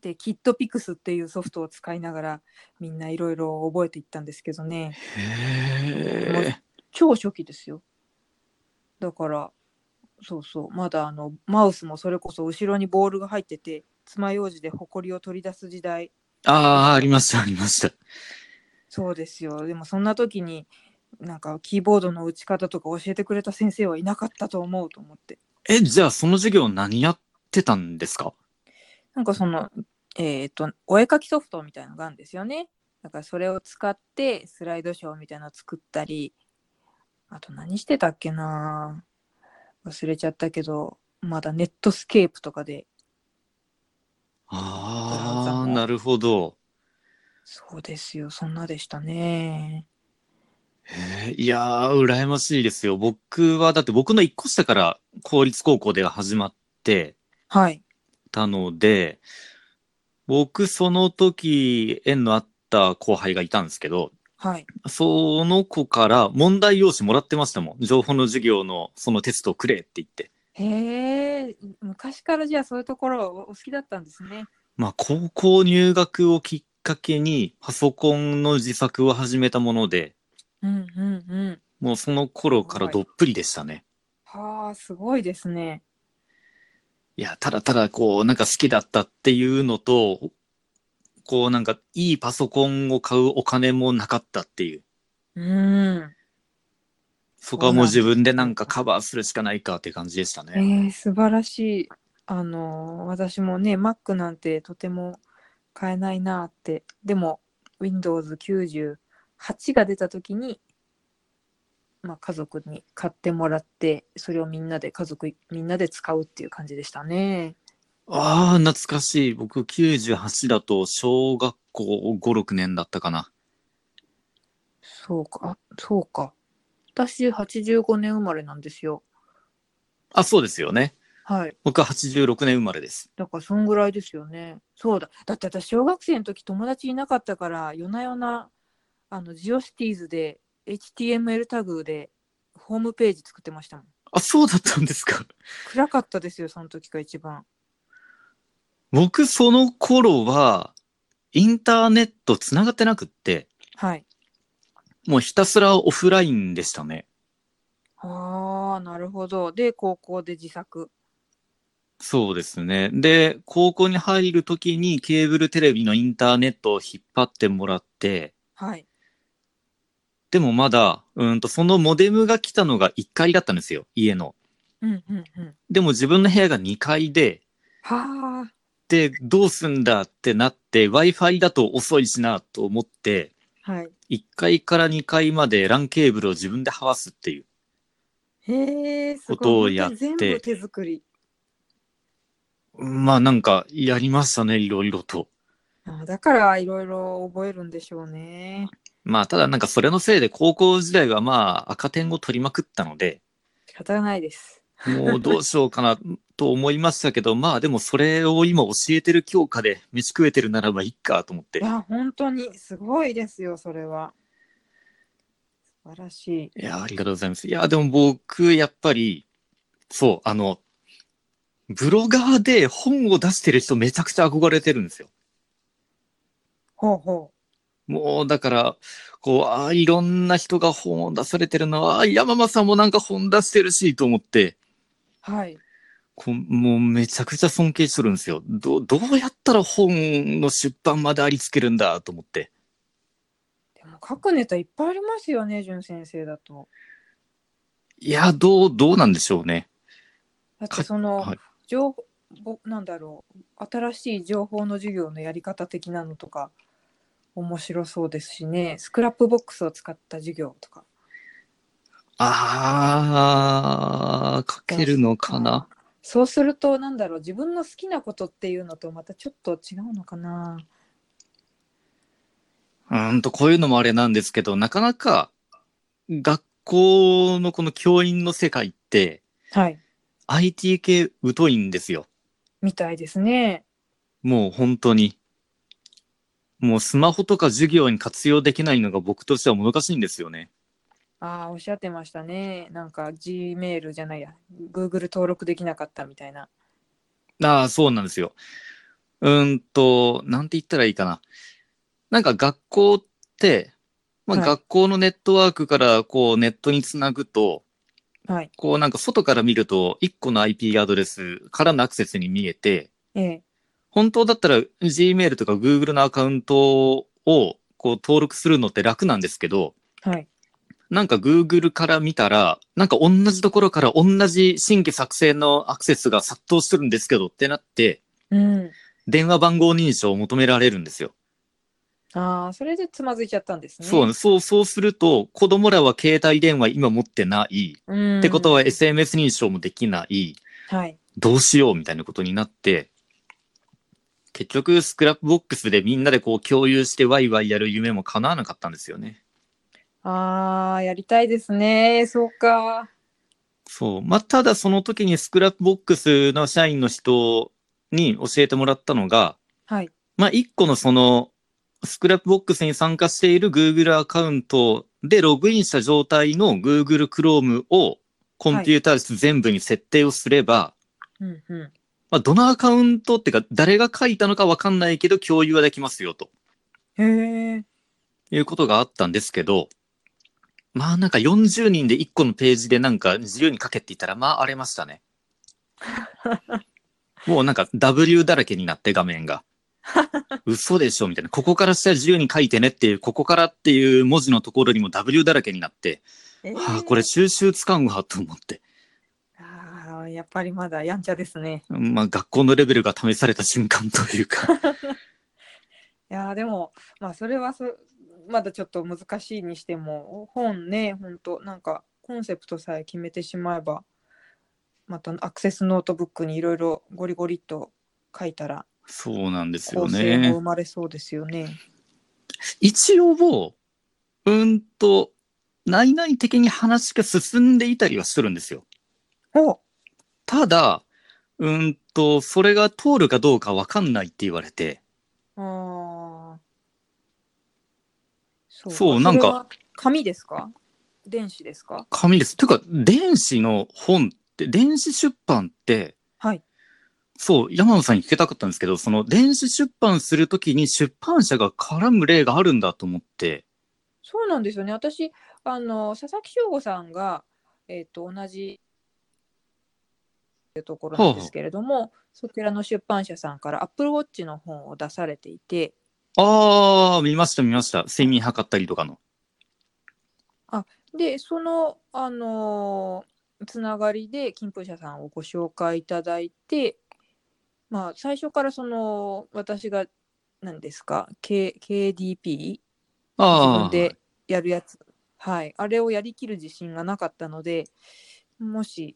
S1: でキットピクスっていうソフトを使いながらみんないろいろ覚えていったんですけどねもう
S2: へ
S1: 超初期ですよだからそうそうまだあのマウスもそれこそ後ろにボールが入ってて爪楊枝でホコリを取り出す時代
S2: ああ、ありました、ありました。
S1: そうですよでもそんな時になんかキーボードの打ち方とか教えてくれた先生はいなかったと思うと思って
S2: え、じゃあその授業何やってたんですか
S1: なんかそのえっ、とお絵描きソフトみたいなのがあるんですよねだからそれを使ってスライドショーみたいなの作ったりあと何してたっけな忘れちゃったけどまだネットスケープとかでブラウ
S2: あ
S1: ザ
S2: あ、
S1: の
S2: なるほど。
S1: そうですよそんなでしたね
S2: へえいやー、羨ましいですよ。僕は、だって僕の一個下から公立高校でが始まって
S1: はい
S2: たので、僕その時縁のあった後輩がいたんですけど、
S1: はい
S2: その子から問題用紙もらってましたもん。情報の授業のそのテストをくれって言って。
S1: へえ昔からじゃあそういうところおお好きだったんですね
S2: まあ、高校入学をきっかけにパソコンの自作を始めたもので、
S1: うんうんうん。
S2: もうその頃からどっぷりでしたね。
S1: はあ、すごいですね。
S2: いや、ただただこう、なんか好きだったっていうのと、こうなんかいいパソコンを買うお金もなかったっていう。
S1: うん。
S2: そこはもう自分でなんかカバーするしかないかっていう感じでした
S1: え
S2: ね。
S1: ー、素晴らしい。あのー、私もね、Mac なんてとても買えないなって。でも、Windows98 が出た時に、まあ、家族に買ってもらって、それをみんなで家族い、みんなで使うっていう感じでしたね。
S2: ああ、懐かしい。僕98だと小学校5、6年だったかな。
S1: そうか、あそうか。私、85年生まれなんですよ。
S2: あ、そうですよね。
S1: はい。
S2: 僕は86年生まれです。
S1: だからそんぐらいですよね。そうだ。だって私小学生の時友達いなかったから夜な夜なあのジオシティーズで HTML タグでホームページ作ってましたもん。
S2: あ、そうだったんですか。
S1: 暗かったですよその時が一番。
S2: 僕その頃は、インターネット繋がってなくって、
S1: はい。
S2: もうひたすらオフラインでしたね。
S1: ああなるほど。で高校で自作。
S2: そうですね。で、高校に入るときにケーブルテレビのインターネットを引っ張ってもらって、
S1: はい。
S2: でもまだ、うんと、そのモデムが来たのが1階だったんですよ、家の。
S1: うんうんうん。
S2: でも自分の部屋が2階で、
S1: はあ。
S2: で、どうすんだってなって、Wi-Fi だと遅いしなと思って、
S1: はい。
S2: 1階から2階まで LAN ケーブルを自分で這わすっていう。
S1: へえすごい。
S2: ことをやって
S1: 本当に全部手作り。
S2: まあなんか、やりましたね、いろいろと。
S1: あーだからいろいろ覚えるんでしょうね。
S2: まあただなんかそれのせいで高校時代はまあ赤点を取りまくったので、
S1: 仕方がないです。
S2: もうどうしようかなと思いましたけど、 まあでもそれを今教えてる教科で飯食えてるならばいいかと思って。
S1: い
S2: い
S1: や、本当にすごいですよ、それは。素晴らしい。
S2: や、ありがとうございます。いや、でも僕、やっぱり、そう、あの、ブロガーで本を出してる人めちゃくちゃ憧れてるんですよ。
S1: ほうほ
S2: もうだから、こう、ああ、いろんな人が本を出されてるのは、ああ山間さんもなんか本出してるし、と思って、
S1: う。はい。
S2: こうもうめちゃくちゃ尊敬するんですよ。ど、どうやったら本の出版までありつけるんだ、と思って。
S1: でも書くネタいっぱいありますよね、淳先生だと。
S2: いや、どう、どうなんでしょうね。
S1: だってその、
S2: はい
S1: 情報ぼなんだろう新しい情報の授業のやり方的なのとか面白そうですしねスクラップボックスを使った授業とか
S2: あー、書けるのかな。
S1: そうするとなんだろう自分の好きなことっていうのとまたちょっと違うのかな
S2: うーんと、こういうのもあれなんですけど、なかなか学校のこの教員の世界って
S1: はい
S2: IT 系疎いんですよ。
S1: みたいですね
S2: もう本当に。もうスマホとか授業に活用できないのが僕としてはもどかしいんですよね。
S1: ああおっしゃってましたねなんか G メールじゃないや Google 登録できなかったみたいな
S2: ああ、そうなんですよ。うーんと、なんて言ったらいいかな。なんか学校って、まあ、
S1: はい
S2: 学校のネットワークからこうネットにつなぐと、
S1: はい
S2: こうなんか外から見ると、1個の IP アドレスからのアクセスに見えて、
S1: ええ
S2: 本当だったら Gmail とか Google のアカウントをこう登録するのって楽なんですけど、
S1: はい
S2: なんか Google から見たら、なんか同じところから同じ新規作成のアクセスが殺到してるんですけどってなって、
S1: うん
S2: 電話番号認証を求められるんですよ。
S1: ああそれでつまずいちゃったんですね
S2: そう、そう、そうすると、子供らは携帯電話今持ってない。
S1: うん
S2: ってことは SMS 認証もできない。
S1: はい
S2: どうしようみたいなことになって、結局、スクラップボックスでみんなでこう共有してワイワイやる夢も叶わなかったんですよね。
S1: ああ、やりたいですね。そうか。
S2: そう。まあ、ただその時にスクラップボックスの社員の人に教えてもらったのが、
S1: はい。
S2: まあ、一個のその、スクラップボックスに参加している Google アカウントでログインした状態の Google Chrome をコンピューター室全部に設定をすれば、
S1: うんう
S2: まあ、どのアカウントっていうか、誰が書いたのかわかんないけど共有はできますよと。
S1: ん。へえ。
S2: いうことがあったんですけど、まあなんか40人で1個のページでなんか自由に書けって言ったら、まあ荒れました ね。もうなんか W だらけになって画面が。嘘でしょみたいな。ここから下自由に書いてねっていう、ここからっていう文字のところにも W だらけになって、はあ、これ。収集つかんわと思って。
S1: ああ、やっぱりまだやんちゃですね。
S2: まあ学校のレベルが試された瞬間というか。
S1: いやー、でも、まあ、それはそ、まだちょっと難しいにしても、本ね、本当なんか、コンセプトさえ決めてしまえば、またアクセスノートブックにいろいろゴリゴリっと書いたら、
S2: そうなんですよ
S1: 構
S2: ね。
S1: 成も生まれそうですよね。
S2: 一応もう、うーんと、内々的に話が進んでいたりはするんですよ。
S1: お
S2: ただ、うーんと、それが通るかどうかわかんないって言われて、
S1: ああ。そ
S2: そう
S1: あ
S2: なんか。
S1: それは紙ですか電子ですか
S2: 紙です。てか、電子の本って、電子出版って、
S1: はい。
S2: そう、山野さんに聞けたかったんですけど、その電子出版するときに出版社が絡む例があるんだと思って、
S1: そうなんですよね。私、あの、佐々木翔吾さんが、えっ、と、同じ、というところなんですけれども、そちらの出版社さんから Apple Watch の本を出されていて、
S2: あー、見ました見ました。睡眠測ったりとかの。
S1: で、その、あのーつながりで、金風社さんをご紹介いただいて、まあ、最初からその、私が、何ですか、K、KDP? 自分
S2: あー
S1: で、やるやつ、はい、あれをやりきる自信がなかったのでもし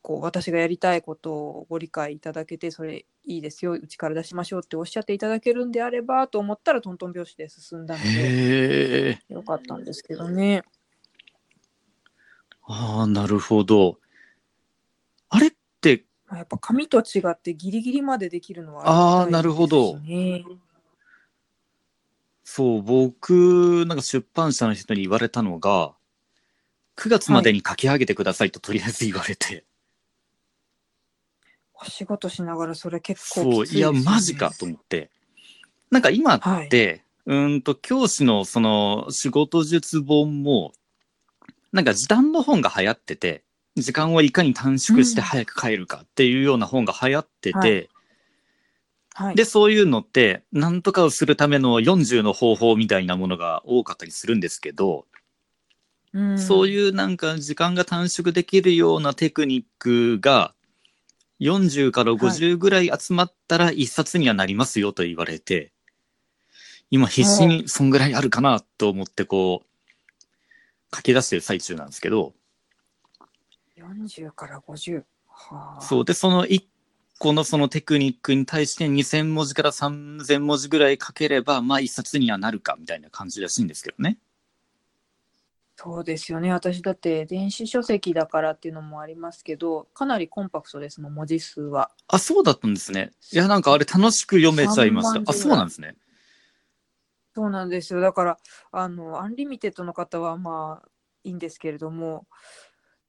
S1: こう私がやりたいことをご理解いただけてそれいいですようちから出しましょうっておっしゃっていただけるんであればと思ったらトントン拍子で進んだので
S2: へー。
S1: よかったんですけどね
S2: ああ、なるほど。あれって、
S1: まあやっぱ紙と違ってギリギリまでできるのは
S2: あー
S1: りがたい
S2: なるほど
S1: ですね
S2: そう、僕、なんか出版社の人に言われたのが、9月までに書き上げてくださいととりあえず言われて、
S1: お仕事しながらそれ結構
S2: そう、
S1: きつい
S2: いや、マジかと思って。なんか今っ
S1: はい
S2: て、うーんと、教師のその仕事術本も、なんか時短の本が流行ってて、時間をいかに短縮して早く帰るかっていうような本が流行って
S1: うんは
S2: て、
S1: はい
S2: で、そういうのって、なんとかをするための40の方法みたいなものが多かったりするんですけど、
S1: うん
S2: そういうなんか時間が短縮できるようなテクニックが、 40から50ぐらい集まったら一冊にはなりますよと言われて、今必死にそんぐらいあるかなと思ってこう、書き出してる最中なんですけど、
S1: 40から50。はあ。
S2: そう。で、その1個のそのテクニックに対して2000文字から3000文字ぐらい書ければ、まあ一冊にはなるかみたいな感じらしいんですけどね。
S1: そうですよね。私だって電子書籍だからっていうのもありますけど、かなりコンパクトですもん、文字数は。
S2: あ、そうだったんですね。いや、なんかあれ楽しく読めちゃいまし
S1: 3万字ぐ
S2: た。
S1: ら
S2: あ、
S1: い
S2: そうなんですね。
S1: そうなんですよ。だから、あの、アンリミテッドの方はまあいいんですけれども、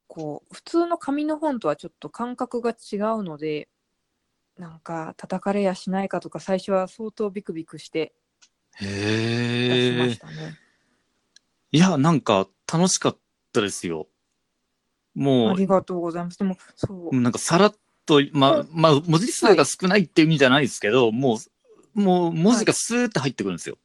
S1: こう、普通の紙の本とはちょっと感覚が違うので、なんか叩かれやしないかとか、最初は相当ビクビクして出しま
S2: へえ
S1: し。たね。
S2: いや、なんか楽しかったですよ。も
S1: あ
S2: う、
S1: りがとうございます。でも、そう。
S2: なんかさらっと、まあ、まあ、文字数が少ないっていう意味じゃないですけど、もう、もう文字がスーって入ってくるんですよ。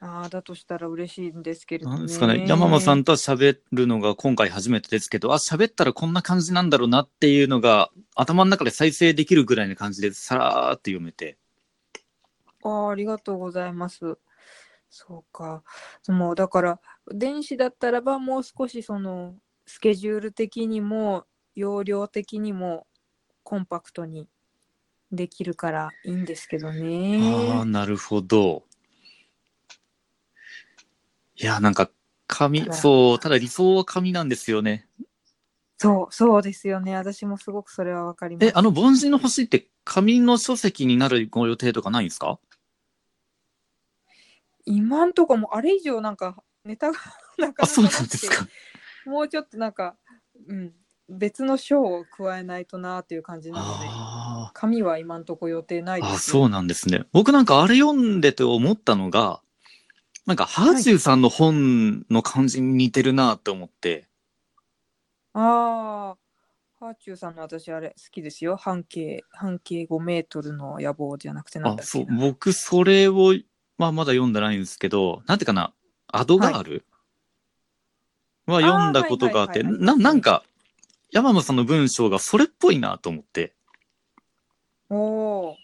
S1: ああ、だとしたら嬉しいんですけれど
S2: なんですかね、山間さんとは喋るのが今回初めてですけど、あ、喋ったらこんな感じなんだろうなっていうのが、頭の中で再生できるぐらいの感じで、さらーって読めて。
S1: あーありがとうございます。そうか。もうだから電子だったらばもう少しそのスケジュール的にも容量的にもコンパクトにできるからいいんですけど
S2: ああ、
S1: ね。
S2: なるほど。いや、なんか、
S1: た
S2: 紙、
S1: だ
S2: そう、ただ理想は紙なんですよね。
S1: そうそうですよね。私もすごくそれはわかります
S2: え、。あの、凡人の星って紙の書籍になるご予定とかないんですか
S1: 今んとこもうあれ以上なんかネタが なかなか
S2: あ、そう
S1: な
S2: なん
S1: く
S2: で
S1: て
S2: すか。
S1: もうちょっとなんか、うん、別の章を加えないとなーっていう感じなので。
S2: あ
S1: 紙は今んとこ予定ないで
S2: あ、あ
S1: すね、
S2: そうなんですね。僕なんかあれ読んでて思ったのが、なんかハーチューさんの本の感じに似てるなと思って、
S1: ああ、ハーチューさんの私あれ好きですよ。半径、半径5メートルの野望じゃなくてなん
S2: あ、
S1: だっ
S2: そ
S1: け
S2: う、
S1: な。
S2: 僕それを、まあまだ読んでないんですけど、なんていうかな、アドガール、は読んだことがあって、
S1: あーはいはいはい
S2: な、なんか、山間さんの文章がそれっぽいなと思って、
S1: おお、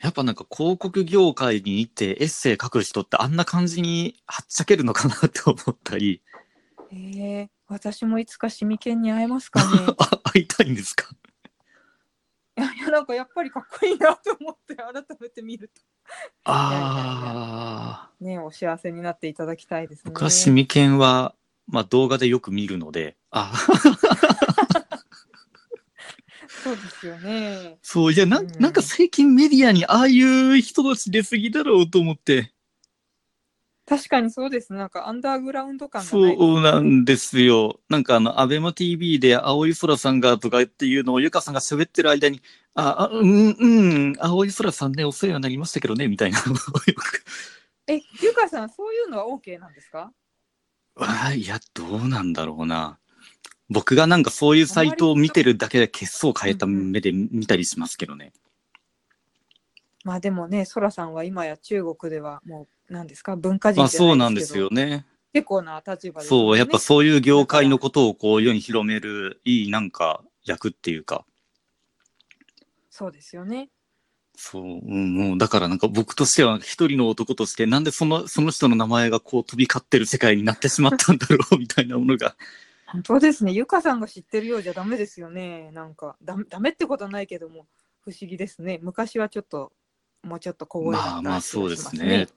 S2: やっぱなんか広告業界にいてエッセイ書く人ってあんな感じにはっちゃけるのかなって思ったり、。
S1: ええ私もいつかシミケンに会えますかね
S2: あ、会いたいんですか
S1: いやいや、なんかやっぱりかっこいいなと思って改めて見る
S2: ああ、
S1: と。ね、お幸せになっていただきたいですね。
S2: 僕はシミケンは、まあ動画でよく見るので、あ、
S1: そうですよね。
S2: そう、いや、なん
S1: うん
S2: なんか最近メディアにああいう人たち出すぎだろうと思って、
S1: 確かにそうですね。なんかアンダーグラウンド感がないですね
S2: そうなんですよ。なんかあの、アベマ TV で青い空さんがとかっていうのをゆかさんが喋ってる間に、あ、あうん、うん、青い空さんね、お世話になりましたけどね、みたいなのをよく。
S1: え、ゆかさん、そういうのは OK なんですか
S2: わあ、いや、どうなんだろうな。僕がなんかそういうサイトを見てるだけで血相変えた目で見たりしますけどね。
S1: まあでもね、そらさんは今や中国ではもう何ですか文化人じゃ
S2: ま
S1: な
S2: あ
S1: いですけど
S2: そうなんですよね。
S1: 結構な立場ですもんね。
S2: そう、やっぱそういう業界のことをこう世に広めるいいなんか役っていうか、
S1: そうですよね。
S2: そう、うん、もうだからなんか僕としては一人の男としてなんでその、その人の名前がこう飛び交ってる世界になってしまったんだろうみたいなも のが。
S1: 本当ですね。ゆかさんが知ってるようじゃダメですよね。なんかダメダメってことはないけども不思議ですね。昔はちょっともうちょっと小声だった
S2: まあまあそうです
S1: 気がしま
S2: ね。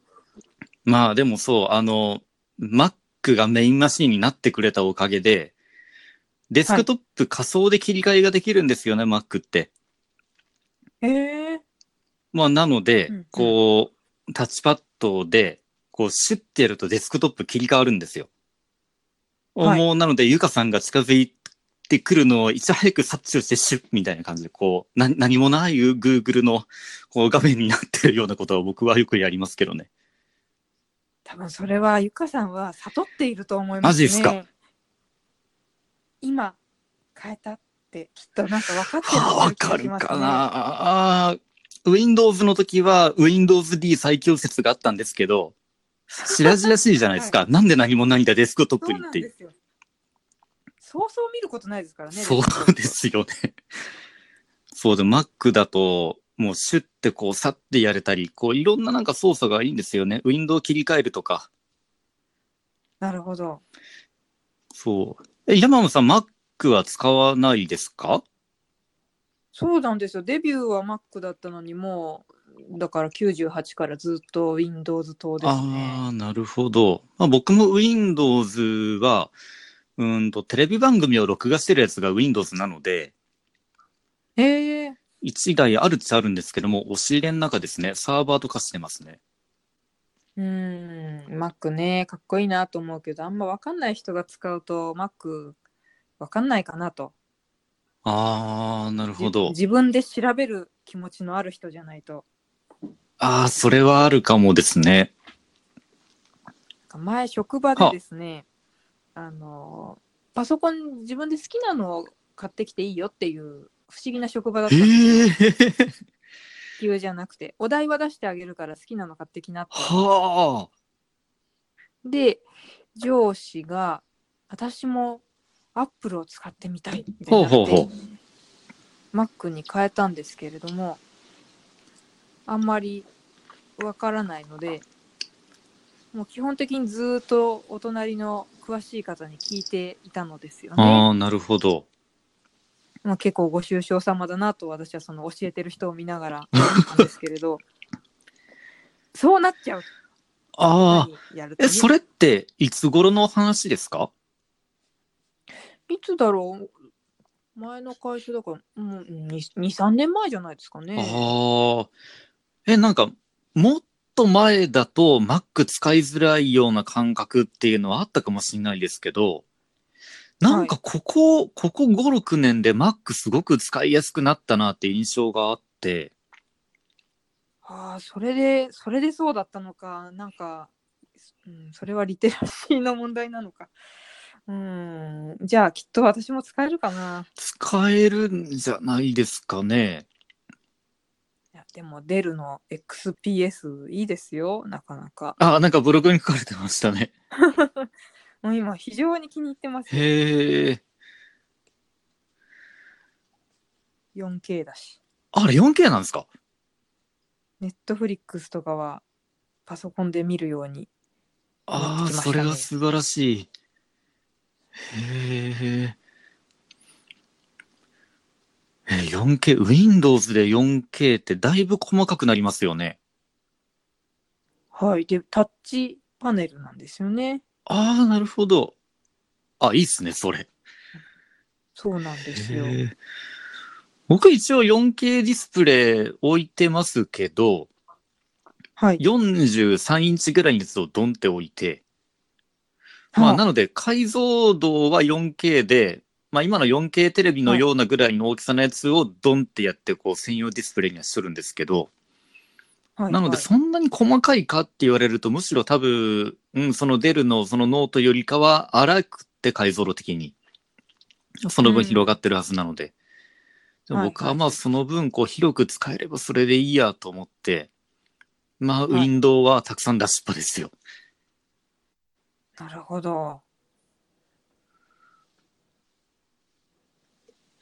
S2: まあでもそう、あの、Mac がメインマシンになってくれたおかげで、デスクトップ仮想で切り替えができるんですよね、Mac って。
S1: へえ
S2: まあなので、
S1: うんうん
S2: こう、タッチパッドで、こう、シュッてやるとデスクトップ切り替わるんですよ。
S1: はい
S2: もうなので、ゆかさんが近づいてくるのをいち早く察知してシュッみたいな感じで、こう、な何もない Google のこう画面になってるようなことは僕はよくやりますけどね。
S1: 多分それはゆかさんは悟っていると思いますね。
S2: マジっすか
S1: 今変えたってきっとなんか分かってらっ
S2: はあ、
S1: しゃ
S2: わ
S1: る気がし
S2: かる
S1: ますね
S2: かな。あー Windows の時は Windows D 最強説があったんですけど、白々しいじゃないですか。なんで何もないんだデスクトップ
S1: そう
S2: に
S1: な
S2: っ
S1: ん
S2: ていう
S1: で。すよ。そうそう見ることないですからね。
S2: そうですよね。そうで、Mac だと、もうシュッてこう、さってやれたり、こう、いろんななんか操作がいいんですよね。ウィンドウ切り替えるとか。
S1: なるほど。
S2: そう。え、山本さん、Mac は使わないですか
S1: そうなんですよ。デビューは Mac だったのにもう、だから98からずっと Windows 等ですね。
S2: ああ、なるほど。まあ、僕も Windows は、うーんと、テレビ番組を録画してるやつが Windows なので、
S1: ええ
S2: 1台あるっちゃあるんですけども、押し入れの中ですね、サーバーとかしてますね。
S1: うん、Mac ね、かっこいいなと思うけど、あんま分かんない人が使うと Mac 分かんないかなと。
S2: ああ、なるほ
S1: じ
S2: ど。
S1: 自分で調べる気持ちのある人じゃないと。
S2: ああ、それはあるかもですね。
S1: なんか前、職場でですね、あの、パソコン自分で好きなのを買ってきていいよっていう不思議な職場だった
S2: へ
S1: んですよ
S2: え。
S1: 地球じゃなくてお題は出してあげるから好きなの買ってきなって。
S2: は
S1: で上司が私もアップルを使ってみたいみ
S2: あ。
S1: たい
S2: ほう
S1: に
S2: ほう
S1: なって Mac
S2: ほ
S1: に変えたんですけれどもあんまりわからないのでもう基本的にずーっとお隣の詳しい方に聞いていたのですよ
S2: う。あ
S1: ね。
S2: あ、なるほど。
S1: まあ、結構ご愁傷様だなと私はその教えてる人を見ながら思ったんですけれ どそうなっちゃう
S2: ああ。
S1: 何やるとね
S2: え、それって、いつ頃の話ですか
S1: いつだろう前の会社だから、もう2、3年前じゃないですかね。
S2: ああ。え、なんか、もっと前だと Mac 使いづらいような感覚っていうのはあったかもしれないですけど、なんかここ、ここ5、6年で Mac すごく使いやすくなったなって印象があって、
S1: ああ、それで、それでそうだったのか、なんか、うん、それはリテラシーの問題なのか。うん、じゃあきっと私も使えるかな。
S2: 使えるんじゃないですかね。
S1: いやでも、デルの XPS いいですよ、なかなか。
S2: あ、なんかブログに書かれてましたね。
S1: もう今、非常に気に入ってますよ。
S2: へえ。
S1: 4K だし。
S2: あれ 4K なんですか
S1: ネットフリックスとかは、パソコンで見るように。持
S2: ああ、
S1: ってきました
S2: そ
S1: ね
S2: れは素晴らしい。へえ。え、4K、Windows で 4K ってだいぶ細かくなりますよね。
S1: はい。で、タッチパネルなんですよね。
S2: ああ、なるほど。あ、いいっすね、それ。
S1: そうなんですよ。
S2: へえ僕一応 4K ディスプレイ置いてますけど、
S1: はい。
S2: 43インチぐらいのやつをドンって置いて、まあ、なので解像度は 4K で、まあ、今の 4K テレビのようなぐらいの大きさのやつをドンってやってこう専用ディスプレイにはするんですけど、
S1: はい
S2: なので
S1: はい
S2: そんなに細かいかって言われるとむしろ多分、うん、そのデルのそのノートよりかは荒くって解像度的にその分広がってるはずなので、でも僕
S1: はいは
S2: はいまあその分こう広く使えればそれでいいやと思って、まあウ
S1: はい
S2: ィンドウはたくさん出しっぱですよ。
S1: なるほど。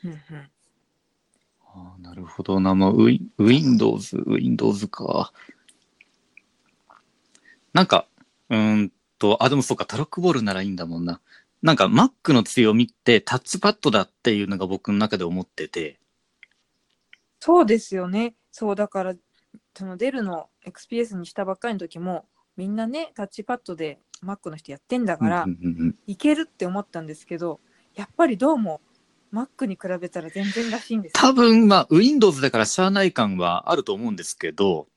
S1: うんうん、
S2: ああ、なるほどな。まあ、ウィン Windows、Windows か。なんか、うーんと、あ、でもそうか、タロックボールならいいんだもんな。なんか、Mac の強みってタッチパッドだっていうのが僕の中で思ってて。
S1: そうですよね。そうだからそのデルの XPS にしたばっかりの時もみんなねタッチパッドで Mac の人やってんだから、
S2: うんうんうん
S1: いけるって思ったんですけどやっぱりどうも Mac に比べたら全然らしいんですよ
S2: 多分、まあ、Windows だからしゃあない感はあると思うんですけど、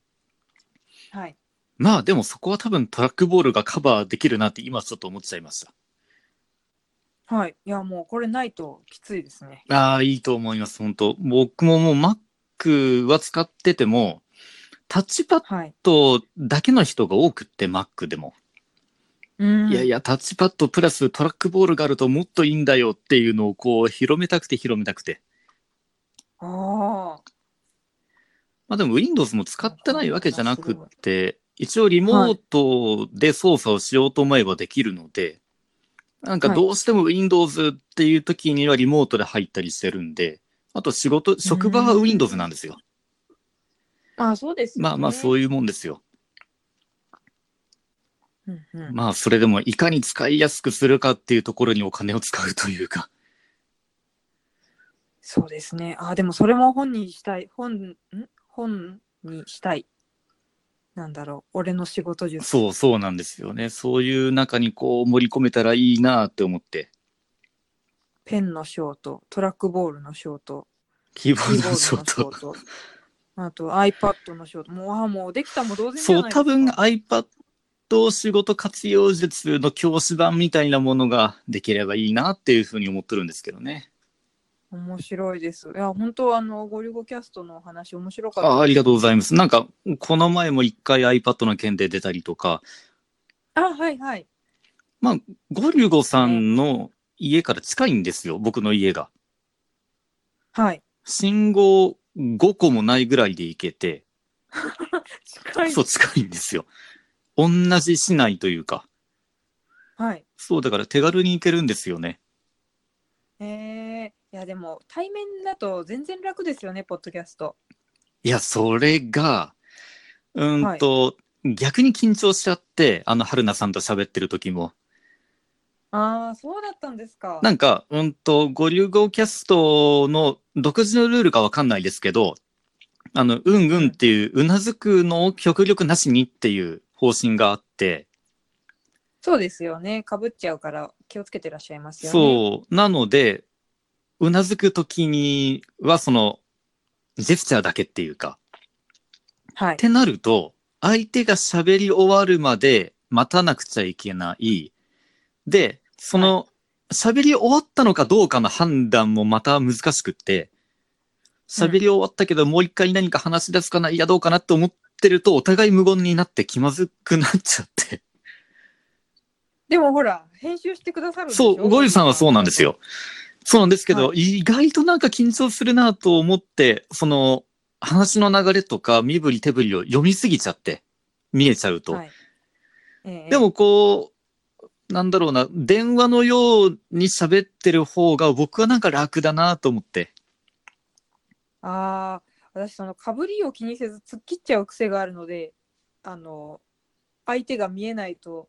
S1: はい。
S2: まあ、でもそこは多分トラックボールがカバーできるなって今ちょっと思っちゃいました。
S1: はい。いやもうこれないときついですね。
S2: ああ、いいと思います、本当僕ももう Mac は使ってても、タッチパッド
S1: はい。
S2: タッチパッドだけの人が多くって Mac でも、
S1: うん。
S2: いやいやタッチパッドプラストラックボールがあるともっといいんだよっていうのをこう広めたくて広めたくて
S1: ああ。
S2: まあでも Windows も使ってないわけじゃなくって一応リモートで操作をしようと思えばできるので、なんかどうしても Windows っていう時にはリモートで入ったりしてるんで、あと仕事、職場は Windows なんですよ。
S1: まあそうですよね。
S2: まあまあそう
S1: い
S2: いうもんですよ。
S1: うんうん。
S2: まあそれでもいかに使いやすくするかっていうところにお金を使うというか。
S1: そうですね。あでもそれも本にしたい。本、ん本にしたい。なんだろう。俺の仕事術。
S2: そうそうなんですよね。そういう中にこう盛り込めたらいいなって思って。
S1: ペンのショート、トラックボールのショート、
S2: キー
S1: キ
S2: ボ
S1: ーボード
S2: ードの
S1: の
S2: シ
S1: シ
S2: ョ
S1: ョ
S2: ート
S1: ー。ト。あと iPad のショート。もう、あもうできたも同然じゃ
S2: そ、
S1: ないうですか
S2: 多分 iPad を仕事活用術の教師版みたいなものができればいいなっていうふうに思ってるんですけどね。
S1: 面白いです。いや、本当、あの、ゴリゴキャストのお話、面白かった。
S2: あありがとうございます。なんか、この前も一回 iPad の件で出たりとか、
S1: あ、はいはい。
S2: ゴリュゴさんの家から近いんですよ、僕の家が。
S1: はい。
S2: 信号5個もないぐらいで行けて、
S1: 近い
S2: そう、。近いんですよ。同じ市内というか、
S1: はい。
S2: そう、だから手軽に行けるんですよね。
S1: えー、いや、でも、対面だと全然楽ですよね、ポッドキャスト。
S2: いや、それが、うーんと、逆に緊張しちゃって、あの、春菜さんと喋ってる時も。
S1: ああ、そうだったんですか。
S2: なんか、うんと、ゴリュゴキャストの独自のルールかわかんないですけど、あの、うんうんっていう、うなずくのを極力なしにっていう方針があって、
S1: そうですよね。かぶっちゃうから、気をつけてらっしゃいますよね。
S2: そう、なので、うなずくときには、その、ジェスチャーだけっていうか、
S1: はい
S2: っ。てなると、相手が喋り終わるまで待たなくちゃいけない。で、その、喋り終わったのかどうかの判断もまた難しくって、喋り終わったけどもう一回何か話し出すかな、いやどうかなって思ってると、お互い無言になって気まずくなっちゃって。
S1: でも、ほら、編集してくださるでし
S2: そ
S1: ょ
S2: う、ゴリさんはそうなんです。よ。そうなんですけど、意外となんか緊張するなと思って、その、話の流れとか身振り手振りを読みすぎちゃって、見えちゃうと。
S1: はい。ええ
S2: で、もこう、なんだろうな、電話のように喋ってる方が僕はなんか楽だなと思って。
S1: ああ、私、その、かぶりを気にせず、突っ切っちゃう癖があるので、あの、相手が見えないと、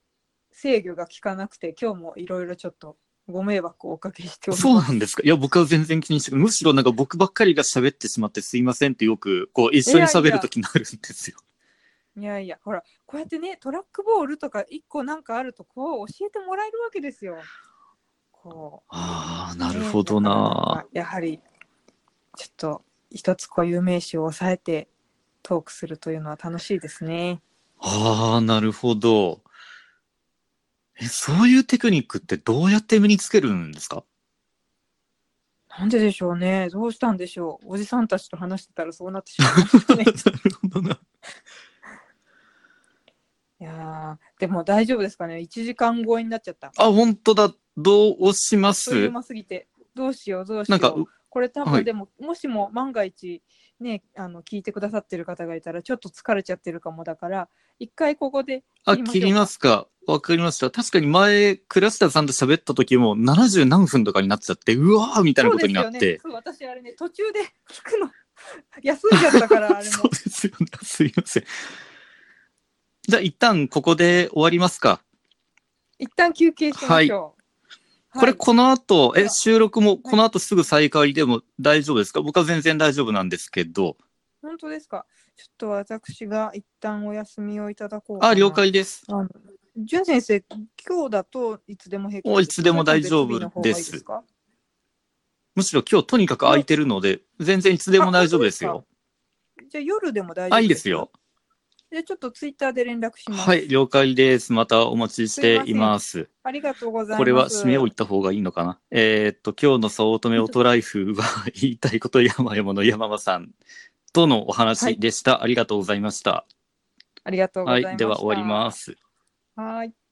S1: 制御が効かなくて、今日もいろいろちょっと、ご迷惑をおかけしております。
S2: そうなんですか。いや、僕は全然気にしてないむしろなんか僕ばっかりが喋ってしまってすいませんってよく、こう一緒に喋るときになるんですよ。
S1: いやいや、ほら、こうやってね、トラックボールとか一個なんかあると、こう教えてもらえるわけですよ。こ
S2: ああ、
S1: う。
S2: なるほど
S1: ねだから
S2: な
S1: なんかやはり、ちょっと一つ固有名詞を抑えてトークするというのは楽しいですね。
S2: ああ、なるほど。え、そういうテクニックってどうやって身につけるんですか。
S1: なんででしょうね。どうしたんでしょう。おじさんたちと話してたらそうなってしまいましたね
S2: るほどな。
S1: いやーでも大丈夫ですかね。1時間超えになっちゃった。あっ
S2: あ、本当だ。どうしま
S1: という
S2: す
S1: 間すぎて。どうしよう、どうしよ
S2: な
S1: う。
S2: んか、
S1: これ多
S2: は
S1: 分
S2: い
S1: でも、もしも万が一ねあの聞いてくださってる方がいたらちょっと疲れちゃってるかもだから一回ここで
S2: あ、
S1: 切りましょうか
S2: 切りますか。わかりました。確かに前、倉下さんと喋った時も70何分とかになっちゃって、うわーみたいなことになっ
S1: そうですよね
S2: て。
S1: そう私あれね途中で 聞くの休んじゃったから あれ
S2: そう
S1: も
S2: ですよね。 すいません。じゃあ一旦ここで終わりますか。
S1: 一旦休憩しましょう、
S2: これ
S1: はい
S2: この後、
S1: で
S2: え、
S1: は
S2: 収録もこの後すぐ再開でも大丈夫ですか僕は全然大丈夫なんですけど。
S1: 本当ですかちょっと私が一旦お休みをいただこうかな
S2: あ、了解です。
S1: あの潤先生今日だといつでも平気
S2: おいつでも大丈夫です
S1: それとも別日の方がいいですか
S2: むしろ今日とにかく空いてるので、全然いつでも大丈夫ですよ。
S1: じゃあ夜でも大丈夫
S2: あ、いいですよ。
S1: じゃあちょっとツイッターで連絡します、
S2: はい、了解です。またお待ちしています。
S1: ありがとうございます
S2: これは締めを言った方がいいのかな。えーっと、今日の早乙女オトライフは言いたいこと山々の山間さんとのお話でした。ありがとうございました。
S1: ありがとうござ
S2: はい
S1: ま
S2: い、
S1: した。
S2: では終わります。
S1: はーい。